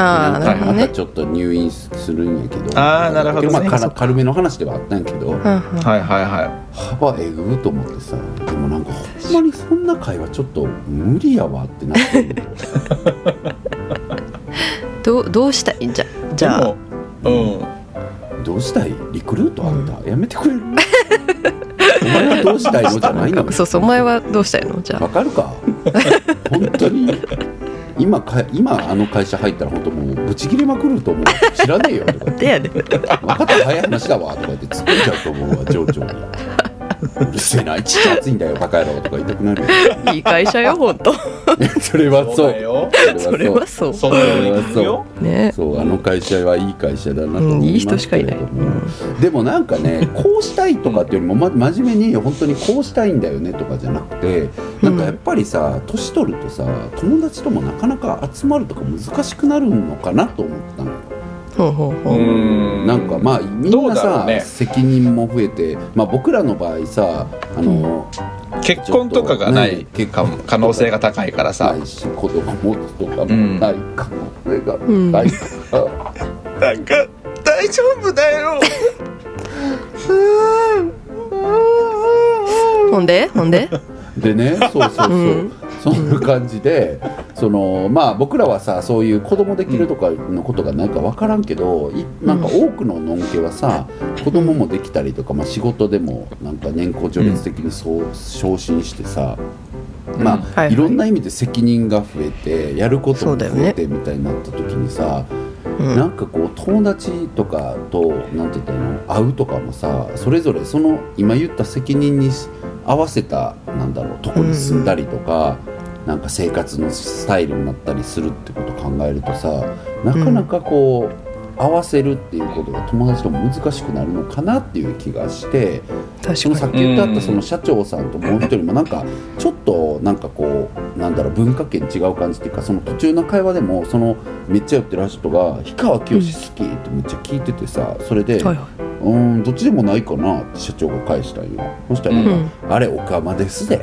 [SPEAKER 3] あ
[SPEAKER 2] な
[SPEAKER 3] あなんる
[SPEAKER 2] か
[SPEAKER 3] ほ
[SPEAKER 2] ま
[SPEAKER 3] どね
[SPEAKER 2] たちょっと入院するんやけど
[SPEAKER 1] あーなるほどね
[SPEAKER 2] まあかな軽めの話ではあったんやけど
[SPEAKER 3] うんうん
[SPEAKER 1] んはいはいはい
[SPEAKER 2] 幅えぐうと思ってさでもなんかほんまにそんな会話ちょっと無理やわってな って
[SPEAKER 3] どうどうしたいんじゃじ
[SPEAKER 1] で
[SPEAKER 3] ゃあ
[SPEAKER 1] もうん
[SPEAKER 2] どうしたいリクルートあんた、やめてくれるお前はどうしたい のじゃないの
[SPEAKER 3] そうそうお前はどうしたいのじゃ
[SPEAKER 2] わか るか本当に今か今あの会社入ったら本当もうブチ切れまくると思う知らねえよとか言
[SPEAKER 3] あ
[SPEAKER 2] っ
[SPEAKER 3] で
[SPEAKER 2] て
[SPEAKER 3] やで
[SPEAKER 2] 分かった早い話だわとか言って突っ込んじゃうと思うわ情緒にうるせえないちいち暑いんだよバカ野郎とか言いたくなるよ
[SPEAKER 3] いい会社よ本当
[SPEAKER 2] それは
[SPEAKER 1] そ
[SPEAKER 2] そう
[SPEAKER 1] だ
[SPEAKER 2] う
[SPEAKER 1] よ
[SPEAKER 3] それはそう
[SPEAKER 1] そのように聞くよ
[SPEAKER 3] ね
[SPEAKER 2] そうあの会社はいい会社だなと思
[SPEAKER 3] うんいい
[SPEAKER 2] いま
[SPEAKER 3] 人
[SPEAKER 2] す
[SPEAKER 3] し
[SPEAKER 2] け
[SPEAKER 3] か
[SPEAKER 2] れ
[SPEAKER 3] いない
[SPEAKER 2] ども、でもなんか ねこうしたいとかっていうよりも、ま、真面目に本当にこうしたいんだよねとかじゃなくてなんかやっぱりさ年取るとさ友達ともなかなか集まるとか難しくなるのかなと思ったのよ。
[SPEAKER 3] ほうほうほ
[SPEAKER 1] う
[SPEAKER 3] う、
[SPEAKER 1] ん
[SPEAKER 2] なんかまあみん
[SPEAKER 1] どう
[SPEAKER 2] な
[SPEAKER 1] だろ
[SPEAKER 2] さ、
[SPEAKER 1] うね
[SPEAKER 2] 責任も増えて、まあ、僕らの場合さあの、
[SPEAKER 1] 結婚とかがな
[SPEAKER 2] ね
[SPEAKER 1] い
[SPEAKER 2] 結
[SPEAKER 1] か
[SPEAKER 2] 婚
[SPEAKER 1] も可能性が高いからさ
[SPEAKER 2] ないし子供持つとかも
[SPEAKER 1] うん
[SPEAKER 2] ないかも、それが ないから。
[SPEAKER 1] なんか大丈夫だよ
[SPEAKER 3] ほんでほんで
[SPEAKER 2] でねそうそうそう、
[SPEAKER 3] うん
[SPEAKER 2] そんな感じでそのまあ僕らはさそういう子供できるとかのことがないか分からんけど、いなんか多くののんけはさ子供もできたりとか、まあ、仕事でもなんか年功序列的にそう、昇進してさまあ、
[SPEAKER 1] うん
[SPEAKER 3] はい
[SPEAKER 2] いろんな意味で責任が増えてやること
[SPEAKER 3] そ
[SPEAKER 2] も
[SPEAKER 3] うだよ
[SPEAKER 2] 増
[SPEAKER 3] ね
[SPEAKER 2] えてみたいになった時にさ、
[SPEAKER 3] うん
[SPEAKER 2] なんかこう友達とかとなんて言ったらいいの会うとかもさそれぞれその今言った責任に合わせたなんだろうとこに住んだりとか、なんか生活のスタイルになったりするってことを考えるとさなかなかこう、合わせるっていうことが友達とも難しくなるのかなっていう気がして。そ
[SPEAKER 3] 確
[SPEAKER 2] の
[SPEAKER 3] か
[SPEAKER 2] さっ
[SPEAKER 3] に
[SPEAKER 2] き言ってあっ
[SPEAKER 1] う
[SPEAKER 2] た
[SPEAKER 1] ん
[SPEAKER 2] その社長さんともう一人もなんかちょっとなんかこうなんだろう文化圏違う感じっていうかその途中の会話でもそのめっちゃ酔ってる人が「氷川きよし好き?」ってめっちゃ聞いててさそれで「
[SPEAKER 3] はいうは
[SPEAKER 2] ーんどっちでもないかな」って社長が返したんよそしたら
[SPEAKER 3] い、う
[SPEAKER 2] なん
[SPEAKER 3] ん
[SPEAKER 2] か、「あれオカマですで」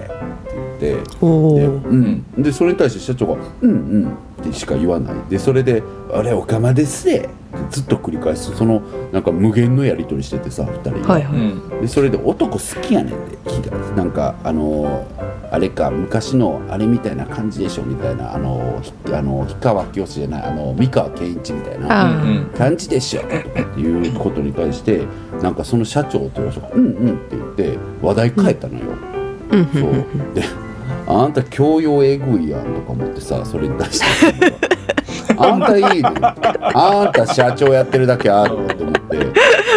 [SPEAKER 2] って言って。
[SPEAKER 3] お
[SPEAKER 2] で
[SPEAKER 3] お
[SPEAKER 2] うん、でそれに対して社長が「うんうん」ってってしか言わないでそれで「あれおかまですで」ってずっと繰り返すそのなんか無限のやり取りしててさ2人が
[SPEAKER 3] はいは
[SPEAKER 1] う
[SPEAKER 3] い、
[SPEAKER 1] ん
[SPEAKER 2] でそれで男好きやねんって聞いたんですなんかあのーあれか昔のあれみたいな感じでしょみたいなあのーひあのー氷川きよしじゃないあのー三河健一みたいな
[SPEAKER 1] う
[SPEAKER 3] あ
[SPEAKER 1] ん
[SPEAKER 2] 感じでしょとかっていうことに対してなんかその社長という人が「うんうん」って言って話題変えたのよ。
[SPEAKER 3] うんう
[SPEAKER 2] そ
[SPEAKER 3] んうん
[SPEAKER 2] うで「あんた教養えぐいやん」とか思ってさそれに対して「あんたいいね」あんた社長やってるだけあるわ」と思って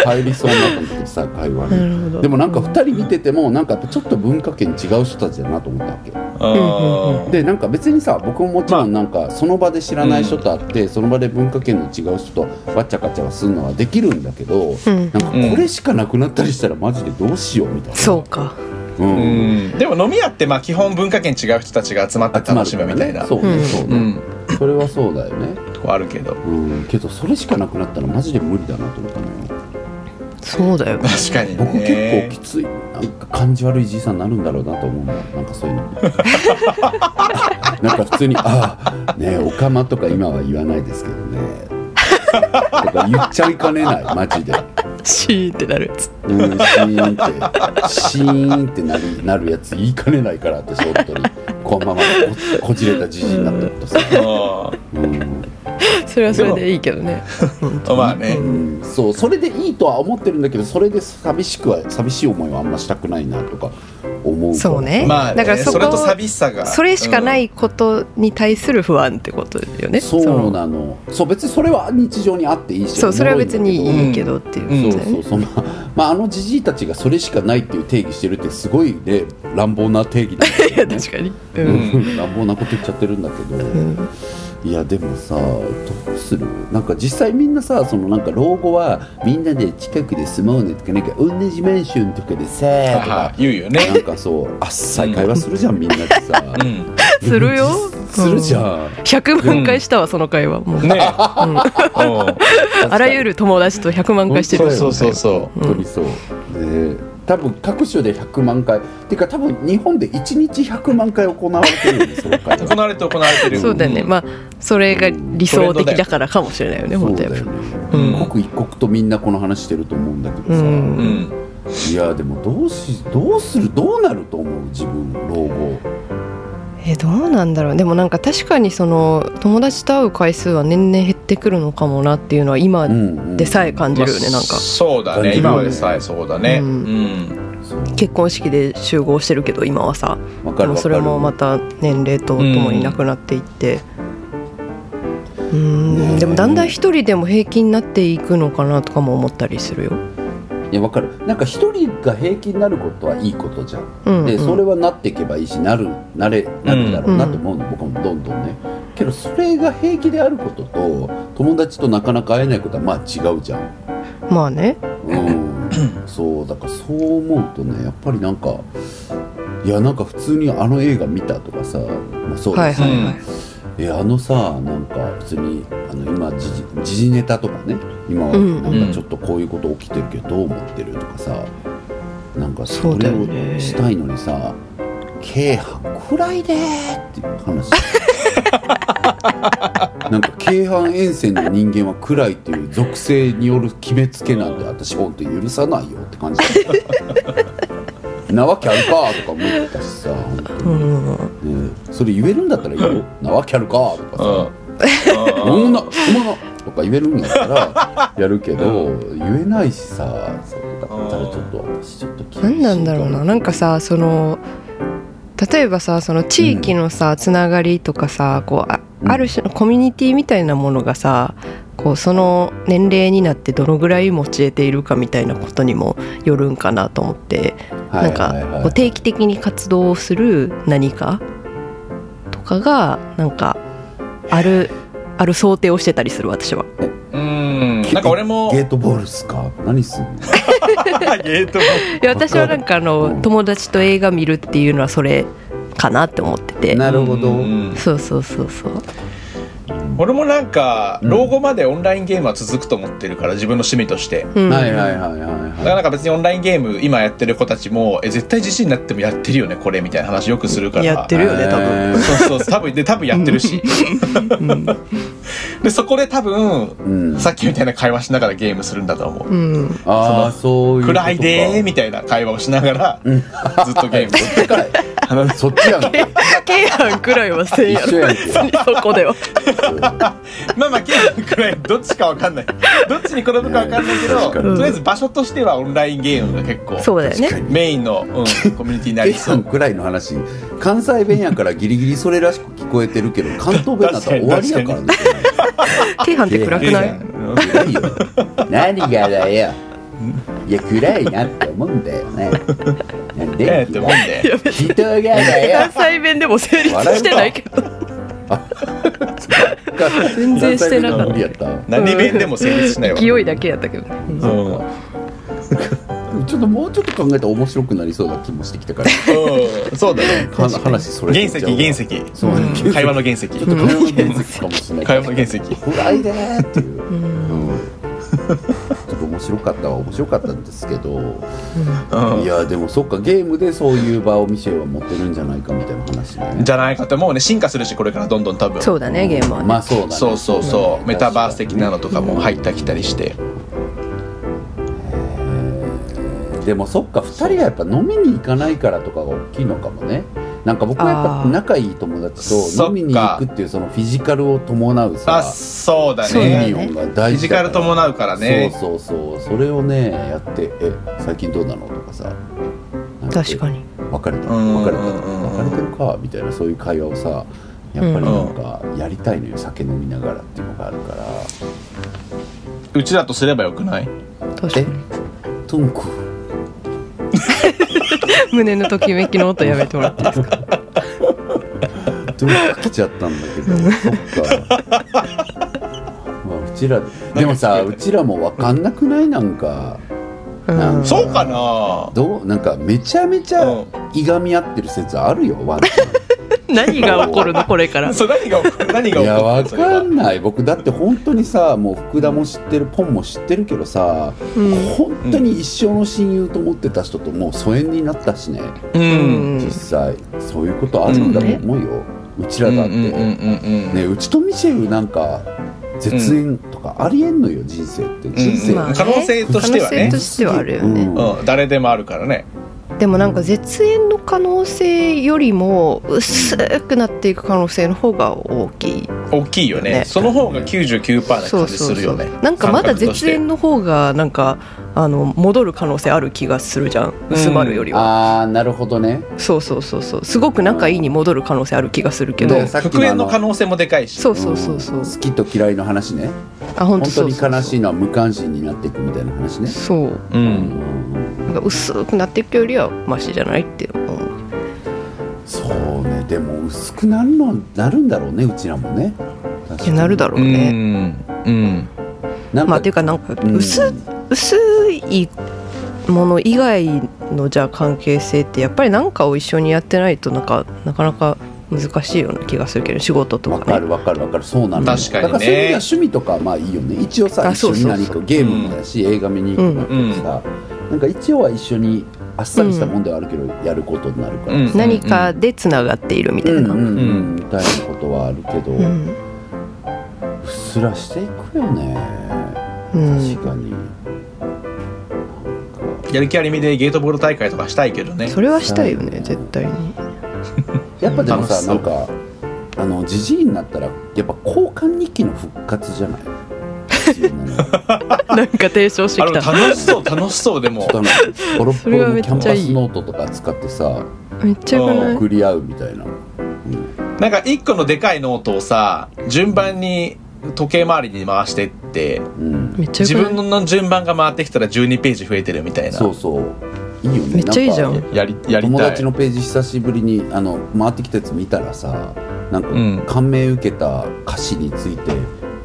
[SPEAKER 2] 入りそうになったんだけどさ会話
[SPEAKER 3] な
[SPEAKER 2] に。
[SPEAKER 3] るほど
[SPEAKER 2] でもなんか2人見ててもなんかやっぱちょっと文化圏違う人たちだなと思ったわけ
[SPEAKER 1] うんうん
[SPEAKER 2] でなんか別にさ僕ももちろんなんかその場で知らない人と会って、その場で文化圏の違う人とわっちゃかちゃはするのはできるんだけど、
[SPEAKER 3] うん
[SPEAKER 2] なんかこれしかなくなったりしたらマジでどうしようみたいな
[SPEAKER 3] そうか
[SPEAKER 2] う、
[SPEAKER 1] うんんでも飲み屋ってまあ基本文化圏違う人たちが集まって楽しむみたいな
[SPEAKER 2] 集まるからねそうね、そう
[SPEAKER 1] う
[SPEAKER 2] ね、
[SPEAKER 1] ん
[SPEAKER 2] それはそうだよね、
[SPEAKER 1] とこあるけど
[SPEAKER 2] うん、けどそれしかなくなったらマジで無理だなと思ったのよ
[SPEAKER 3] そうだよ
[SPEAKER 1] 確かに
[SPEAKER 2] 僕結
[SPEAKER 1] ね
[SPEAKER 2] 構きついなんか感じ悪いじいさんになるんだろうなと思うんだなんかそういうのなんか普通に「ああねえおかま」とか今は言わないですけどねとか言っちゃいかねないマジで。
[SPEAKER 3] シーンってなるやつ
[SPEAKER 2] うん、シーンってシーンってなりなるやつ言いかねないから私本当にこのままここじれたじじいになったことさ、
[SPEAKER 1] 構
[SPEAKER 2] うん
[SPEAKER 3] それはそれでいいけどね
[SPEAKER 1] まあね
[SPEAKER 2] うんそうそれでいいとは思ってるんだけどそれで寂しくは寂しい思いはあんましたくないなとか思うから
[SPEAKER 3] そうね
[SPEAKER 1] まあ
[SPEAKER 3] だから
[SPEAKER 1] ね
[SPEAKER 3] そ
[SPEAKER 1] そ
[SPEAKER 3] こ
[SPEAKER 1] れと寂しさが
[SPEAKER 3] それしかな
[SPEAKER 1] うん
[SPEAKER 3] いことに対する不安ってことだよね
[SPEAKER 2] そうなのそう別にそれは日常にあっていいし
[SPEAKER 3] そのそうそれは別
[SPEAKER 2] おもろ
[SPEAKER 3] に
[SPEAKER 2] い
[SPEAKER 3] い
[SPEAKER 2] ん
[SPEAKER 3] い
[SPEAKER 2] だ
[SPEAKER 3] けどっていう
[SPEAKER 1] う
[SPEAKER 2] け
[SPEAKER 1] ん
[SPEAKER 2] ど
[SPEAKER 3] ことだよ
[SPEAKER 2] そ
[SPEAKER 3] ね
[SPEAKER 2] うそうそうまあ、まあ、あのじじいたちがそれしかないっていう定義してるってすごいね乱暴な定義だ
[SPEAKER 3] い
[SPEAKER 2] よ
[SPEAKER 3] や
[SPEAKER 2] ね
[SPEAKER 3] 確かにう
[SPEAKER 1] うん
[SPEAKER 3] ん
[SPEAKER 2] うん乱暴なこと言っちゃってるんだけど、
[SPEAKER 3] うん
[SPEAKER 2] いやでもさどうするなんか実際みんなさそのなんか老後はみんなで近くで住もうねとかなんか同じマンションとかでさ
[SPEAKER 1] は
[SPEAKER 2] と
[SPEAKER 1] は
[SPEAKER 2] か
[SPEAKER 1] 言うよ
[SPEAKER 2] な
[SPEAKER 1] ね
[SPEAKER 2] んかそうあっさい会話するじゃんみんなでさ
[SPEAKER 1] うん
[SPEAKER 3] するよ
[SPEAKER 2] するじゃん、
[SPEAKER 3] 100万回したわその会話もう
[SPEAKER 1] ね
[SPEAKER 3] うんあらゆる友達と100万回して
[SPEAKER 1] そ
[SPEAKER 3] る
[SPEAKER 1] うそうそうそ
[SPEAKER 2] 本当にそう、ね多分各所で100万回っていうか多分日本で1日100万回行われてるよねその会
[SPEAKER 1] う
[SPEAKER 2] 話
[SPEAKER 1] 行われて行われてる
[SPEAKER 3] そうだよねまあそれが理想的だからかもしれないよね
[SPEAKER 2] そ
[SPEAKER 3] 本
[SPEAKER 2] う
[SPEAKER 3] 当
[SPEAKER 2] だ
[SPEAKER 3] や
[SPEAKER 2] よ
[SPEAKER 3] っぱ
[SPEAKER 2] ね
[SPEAKER 3] り、
[SPEAKER 1] うん
[SPEAKER 2] 刻一刻とみんなこの話してると思うんだけどさ、
[SPEAKER 3] うん
[SPEAKER 1] うん
[SPEAKER 2] いやでもどうしどうするどうなると思う自分老後
[SPEAKER 3] えどうなんだろうでもなんか確かにその友達と会う回数は年々減ってくるのかもなっていうのは今
[SPEAKER 2] うんうん
[SPEAKER 3] でさえ感じるよね、
[SPEAKER 1] ま
[SPEAKER 3] な
[SPEAKER 1] あ
[SPEAKER 3] んか
[SPEAKER 1] そうだ
[SPEAKER 2] 感
[SPEAKER 1] ね
[SPEAKER 2] じる
[SPEAKER 1] 今までさえそうだね
[SPEAKER 3] う
[SPEAKER 1] うんん
[SPEAKER 2] そう
[SPEAKER 3] 結婚式で集合してるけど今は
[SPEAKER 2] わ
[SPEAKER 3] さ
[SPEAKER 2] か
[SPEAKER 3] で
[SPEAKER 2] るわかる
[SPEAKER 3] もそれもまた年齢とともになくなっていってうん
[SPEAKER 2] ねえ
[SPEAKER 3] でもだんだん一人でも平均になっていくのかなとかも思ったりするよ。
[SPEAKER 2] いやわかるなんか一人が平均になることはいいことじゃん、
[SPEAKER 3] うんうん
[SPEAKER 2] でそれはなっていけばいいしなるなれなるだろうなと思うの、僕もどんどんねけどそれが平気であることと友達となかなか会えないことはまあ違うじゃん
[SPEAKER 3] まあね
[SPEAKER 2] うん、 そうだからそう思うとねやっぱりなんかいやなんか普通にあの映画見たとかさ、まあ、そう
[SPEAKER 3] は
[SPEAKER 2] で
[SPEAKER 3] い
[SPEAKER 2] す
[SPEAKER 3] はいはい。
[SPEAKER 2] えあのさなんか普通にあの今時事時事ネタとかね今は
[SPEAKER 3] うん
[SPEAKER 2] なんかちょっとこういうこと起きてるけどどう思ってるとかさ、なんか
[SPEAKER 3] そ
[SPEAKER 2] そう
[SPEAKER 3] だ
[SPEAKER 2] れ
[SPEAKER 3] よ
[SPEAKER 2] を
[SPEAKER 3] ね
[SPEAKER 2] したいのにさ「軽犯くらいで」っていう 話なんか軽犯沿線の人間は暗いっていう属性による決めつけなんて私本当に許さないよって感 じなわけあるかとか思ったしさ本当に
[SPEAKER 3] うんうん
[SPEAKER 2] ねそれ言えるんだったらいいよ「なわけあるか」と
[SPEAKER 1] う
[SPEAKER 2] かさ
[SPEAKER 1] ん
[SPEAKER 2] 「女女とか言えるんやったらやるけど、言えないしさそうだったらちょっと私ちょっと厳し
[SPEAKER 3] 何
[SPEAKER 2] い
[SPEAKER 3] なんだろうななんかさその例えばさその地域のさ、つながりとかさこうあ
[SPEAKER 2] うん
[SPEAKER 3] ある種のコミュニティみたいなものがさこうその年齢になってどのぐらい持ち得ているかみたいなことにもよるんかなと思って、
[SPEAKER 2] はいはいはい
[SPEAKER 3] なんかこう定期的に活動をする何かとかがなんかあるある想定をしてたりする私は。
[SPEAKER 1] うんなんか俺も
[SPEAKER 2] ゲートボールっすか何すんの
[SPEAKER 1] ゲートボー
[SPEAKER 3] いや私はなんか
[SPEAKER 2] わか
[SPEAKER 3] あ
[SPEAKER 2] るう
[SPEAKER 3] の
[SPEAKER 2] ん
[SPEAKER 3] 友達と映画見るっていうのはそれかなって思ってて。
[SPEAKER 2] なるほど、
[SPEAKER 1] うん
[SPEAKER 3] そうそうそうそう。
[SPEAKER 1] 俺もなんか
[SPEAKER 2] うん
[SPEAKER 1] 老後までオンラインゲームは続くと思ってるから自分の趣味として
[SPEAKER 3] うん
[SPEAKER 2] はいはいはいはい
[SPEAKER 1] だから
[SPEAKER 2] は
[SPEAKER 1] なんか別にオンラインゲーム今やってる子たちもえ絶対自信になってもやってるよねこれみたいな話よくするから
[SPEAKER 3] やって
[SPEAKER 2] い
[SPEAKER 3] るよね多分
[SPEAKER 2] え
[SPEAKER 1] そうそう多分で多分やってるし
[SPEAKER 3] うん
[SPEAKER 1] でそこで多分
[SPEAKER 2] ーうん
[SPEAKER 1] さっきみたいな会話しながらゲームするんだと思う
[SPEAKER 3] うん
[SPEAKER 2] ああそういうことか
[SPEAKER 1] 暗いでーみたいな会話をしながら
[SPEAKER 2] うん
[SPEAKER 1] ずっとゲーム
[SPEAKER 2] そっちかい
[SPEAKER 1] 話す
[SPEAKER 2] そっち やんけ
[SPEAKER 3] ケイハンくらいはせんや
[SPEAKER 2] 一緒
[SPEAKER 3] ろ
[SPEAKER 2] やん
[SPEAKER 3] 別にそこでは
[SPEAKER 1] まあまあゲームくらいどっちかわかんないどっちに転ぶかわかんないけ
[SPEAKER 2] いや
[SPEAKER 1] ど
[SPEAKER 2] 確か
[SPEAKER 1] と
[SPEAKER 3] に
[SPEAKER 1] りあえず場所としてはオンラインゲームが結構
[SPEAKER 3] そうだよね
[SPEAKER 1] メインの、うん、コミュニティにな
[SPEAKER 2] ケイ
[SPEAKER 1] りそ
[SPEAKER 2] さ
[SPEAKER 1] うん
[SPEAKER 2] くらいの話関西弁やからギリギリそれらしく聞こえてるけど関東弁だったら終わりやからね
[SPEAKER 3] ケイハンって暗くないい
[SPEAKER 1] いね
[SPEAKER 2] 暗いよ何がだよいや暗いなって思うんだよねなん
[SPEAKER 1] ええ
[SPEAKER 2] で
[SPEAKER 1] って思うんで
[SPEAKER 2] 人がだ
[SPEAKER 3] 関
[SPEAKER 2] よ
[SPEAKER 3] 西弁でも成立してないけど全然してなかった
[SPEAKER 2] 関西弁の無理やった
[SPEAKER 1] 何弁でも成立しないわ
[SPEAKER 3] 勢いだけやったけどねうん
[SPEAKER 1] うん、うん、
[SPEAKER 2] ちょっともうちょっと考えたら面白くなりそうな気もしてきたから
[SPEAKER 1] そうだね
[SPEAKER 2] は話それ
[SPEAKER 1] 原
[SPEAKER 2] てっ
[SPEAKER 1] 石
[SPEAKER 2] ちゃうわ
[SPEAKER 1] 原石
[SPEAKER 2] そうね原石
[SPEAKER 1] 会話の原
[SPEAKER 2] ちょっと
[SPEAKER 1] 石
[SPEAKER 2] 会話の原石かもしれない。
[SPEAKER 1] 会話の原石
[SPEAKER 2] 暗いねーっていう。
[SPEAKER 3] う
[SPEAKER 2] うんんちょっと面白かったは面白かったんですけど、
[SPEAKER 1] うん
[SPEAKER 2] いやでもそっかゲームでそういう場をミシェルは持ってるんじゃないかみたいな話だね。
[SPEAKER 1] じゃないかともうね進化するしこれからどんどん多分
[SPEAKER 3] そうだねゲームはね
[SPEAKER 2] まあそうだね。
[SPEAKER 1] そうそうそうメタバース的なのとかも入
[SPEAKER 2] っ
[SPEAKER 1] ったきたりして
[SPEAKER 2] でもそっか2人がやっぱ飲みに行かないからとかが大きいのかもねなんか僕はやっ
[SPEAKER 3] あ
[SPEAKER 2] ぱ
[SPEAKER 3] ー
[SPEAKER 2] 仲いい友達
[SPEAKER 1] そっ
[SPEAKER 2] と
[SPEAKER 1] か
[SPEAKER 2] 飲みに行くっていうそのフィジカルを伴う
[SPEAKER 1] あ
[SPEAKER 2] さ
[SPEAKER 1] そうだ
[SPEAKER 3] そう
[SPEAKER 2] ユ
[SPEAKER 3] だ
[SPEAKER 2] ニ
[SPEAKER 1] ね
[SPEAKER 3] ね
[SPEAKER 2] オンが大事だから
[SPEAKER 1] フィジカル伴うからね
[SPEAKER 2] そうそうそうそれをねやって「え最近どうなの?」とかさ
[SPEAKER 3] 確か
[SPEAKER 2] に
[SPEAKER 3] に
[SPEAKER 2] 別れた
[SPEAKER 1] うん
[SPEAKER 2] 別れた
[SPEAKER 1] うん
[SPEAKER 2] 別れてるかみたいなそういう会話をさやっぱりなんかやりたいのよ酒飲みながらっていうのがあるから
[SPEAKER 1] うちらとすればよくない
[SPEAKER 3] 確かに
[SPEAKER 2] トンコ
[SPEAKER 3] 胸のときめきの音やめてもらっていいですか
[SPEAKER 2] トンコ来ちゃったんだけどそっかまあうちらでもさうちらも分かんなくないなんか
[SPEAKER 3] うん
[SPEAKER 1] そうかな
[SPEAKER 2] どうなんかめちゃめち
[SPEAKER 1] う
[SPEAKER 2] ゃ
[SPEAKER 1] ん
[SPEAKER 2] いがみ合ってる説あるよワンちゃん
[SPEAKER 3] 何が起こるのこれから
[SPEAKER 1] そう何が起こ る何が
[SPEAKER 2] い
[SPEAKER 1] 起こる
[SPEAKER 2] やわ
[SPEAKER 1] それは
[SPEAKER 2] かんない僕だって本当にさもう福田も知ってるポンも知ってるけどさ、
[SPEAKER 3] うん
[SPEAKER 2] 本当に一生の親友と思ってた人ともう疎遠になったしね、
[SPEAKER 1] うん
[SPEAKER 2] 実際そういうことあるんだと思うよ、うちらだって、
[SPEAKER 1] うんうんうんうん
[SPEAKER 2] ねうちとミシェルなんか絶縁とかありえんのよ人生って人生、
[SPEAKER 1] うん
[SPEAKER 3] まあね
[SPEAKER 1] 可能性としてはね
[SPEAKER 3] 可能性としてはあるよね、
[SPEAKER 2] うん
[SPEAKER 1] うん誰でもあるからね
[SPEAKER 3] でもなんか絶縁の可能性よりも薄くなっていく可能性の方が大きい、
[SPEAKER 1] 大きいよね
[SPEAKER 3] ね
[SPEAKER 1] その方が99%な
[SPEAKER 3] そ
[SPEAKER 1] 感
[SPEAKER 3] う
[SPEAKER 1] じ
[SPEAKER 3] そ
[SPEAKER 1] す
[SPEAKER 3] う
[SPEAKER 1] る
[SPEAKER 3] そ
[SPEAKER 1] よ
[SPEAKER 3] う
[SPEAKER 1] ね
[SPEAKER 3] なんかまだ
[SPEAKER 1] 感覚として
[SPEAKER 3] 絶縁の方がなんかあの戻る可能性ある気がするじゃん薄まるよりは、
[SPEAKER 2] ああなるほどね
[SPEAKER 3] そうそうそうそうすごく仲いいに戻る可能性ある気がするけど、
[SPEAKER 2] ねさっきの
[SPEAKER 1] 復縁の可能性もでかいし
[SPEAKER 3] そうそうそうそう、
[SPEAKER 2] ん好きと嫌いの話ね
[SPEAKER 3] あ本当
[SPEAKER 2] 本
[SPEAKER 3] そ
[SPEAKER 2] 当
[SPEAKER 3] う
[SPEAKER 2] に
[SPEAKER 3] そうそう
[SPEAKER 2] 悲しいのは無関心になっていくみたいな話ね
[SPEAKER 3] そう
[SPEAKER 1] う
[SPEAKER 2] うんん
[SPEAKER 3] なんか薄くなっていくよりはマシじゃないって思う
[SPEAKER 2] そうねでも薄くなるのなるんだろうねうちらもね
[SPEAKER 3] いやなるだろう
[SPEAKER 1] う
[SPEAKER 3] ね、
[SPEAKER 1] んうん
[SPEAKER 2] なんか、
[SPEAKER 3] まあっていうかなんか
[SPEAKER 2] うん
[SPEAKER 3] 薄,、薄いもの以外のじゃあ関係性ってやっぱり何かを一緒にやってないとなんかなかなか難しいような気がするけど仕事と
[SPEAKER 2] わ
[SPEAKER 3] か
[SPEAKER 2] か
[SPEAKER 3] ね
[SPEAKER 2] るわかるわかるそうなのよ
[SPEAKER 1] 確かにね
[SPEAKER 2] だからそういう意味では趣味とかはまあいいよね一応さ
[SPEAKER 3] あ
[SPEAKER 2] 一
[SPEAKER 3] そ
[SPEAKER 2] 緒
[SPEAKER 3] う
[SPEAKER 2] に
[SPEAKER 3] そうそう
[SPEAKER 2] 何かゲームもだし、映画見に行くわけでさ、なんか一応は一緒にあっさりしたもんではあるけど、やることになるから
[SPEAKER 1] うん
[SPEAKER 2] さ
[SPEAKER 3] 何かでつながっているみたい
[SPEAKER 2] うん
[SPEAKER 3] な、
[SPEAKER 2] う
[SPEAKER 3] うん
[SPEAKER 2] ん
[SPEAKER 1] う
[SPEAKER 2] うんみたいなことはあるけど、
[SPEAKER 3] う
[SPEAKER 2] うんっすらしていくよね確かに、
[SPEAKER 1] やる気ありみでゲートボール大会とかしたいけどね
[SPEAKER 3] それはしたいよね絶対に
[SPEAKER 2] やっぱでも
[SPEAKER 1] 楽
[SPEAKER 2] さ
[SPEAKER 1] しそ
[SPEAKER 2] な
[SPEAKER 1] うん
[SPEAKER 2] かあのじじいになったらやっぱ交換日記の復活じゃない
[SPEAKER 3] なんか提唱して
[SPEAKER 1] あ
[SPEAKER 3] き
[SPEAKER 1] の
[SPEAKER 3] た
[SPEAKER 1] 楽しそう楽しそうでも
[SPEAKER 2] あのボロッボ
[SPEAKER 3] それ
[SPEAKER 2] ロ
[SPEAKER 3] は
[SPEAKER 2] の
[SPEAKER 3] めっ
[SPEAKER 2] キャン
[SPEAKER 3] ちゃ
[SPEAKER 2] パ
[SPEAKER 3] い
[SPEAKER 2] ス
[SPEAKER 3] い
[SPEAKER 2] ノートとか使ってさ
[SPEAKER 3] めっちゃよくない
[SPEAKER 2] 送り合うみたいな、
[SPEAKER 1] なんか一個のでかいノートをさ順番に時計回りに回してって
[SPEAKER 2] うん、
[SPEAKER 3] めっちゃ
[SPEAKER 1] 自
[SPEAKER 3] よく
[SPEAKER 1] 分
[SPEAKER 3] ない
[SPEAKER 1] の順番が回ってきたら12ページ増えてるみたいな
[SPEAKER 2] そうそういいよね
[SPEAKER 3] めっちゃいいじゃん
[SPEAKER 2] なか
[SPEAKER 1] やりやり
[SPEAKER 2] 友
[SPEAKER 1] たい
[SPEAKER 2] 達のページ久しぶりにあの回ってきたやつ見たらさなん
[SPEAKER 1] うん
[SPEAKER 2] か感銘受けた歌詞について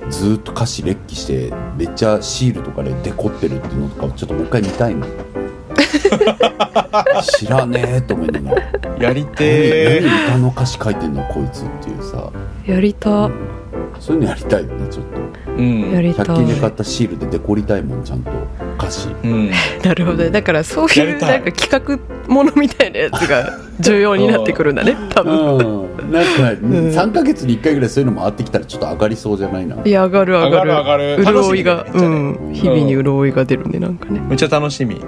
[SPEAKER 2] ずーっと歌詞列記してめっちゃシールとかでデコってるっていうのとかちょっともう一回見 たいの知らねえと思いながら
[SPEAKER 1] やりて
[SPEAKER 2] 何
[SPEAKER 1] ー
[SPEAKER 2] 何歌の歌詞書いてんのこいつっていうさ
[SPEAKER 3] やりた
[SPEAKER 2] そういうのやりたいよねちょっと
[SPEAKER 1] うん
[SPEAKER 3] やりた
[SPEAKER 2] 100均で買っ
[SPEAKER 3] い
[SPEAKER 2] たシールでデコりたいもんちゃんと歌詞
[SPEAKER 1] うん
[SPEAKER 3] なるほどねだからそうい
[SPEAKER 1] やり
[SPEAKER 3] う
[SPEAKER 1] たい
[SPEAKER 3] なんか企画ものみたいなやつが重要になってくるんだ ね多分
[SPEAKER 2] うんなんか
[SPEAKER 3] ん
[SPEAKER 2] 3か月に1回ぐらいそういうの回ってきたらちょっと上がりそうじゃないない
[SPEAKER 3] や上がる上がる
[SPEAKER 1] 上がる上がる
[SPEAKER 3] 潤いが、
[SPEAKER 1] 楽しみ
[SPEAKER 3] う
[SPEAKER 1] だね
[SPEAKER 2] うん
[SPEAKER 3] ん日々に潤いが出るねなんかね
[SPEAKER 1] めっちゃ楽しみ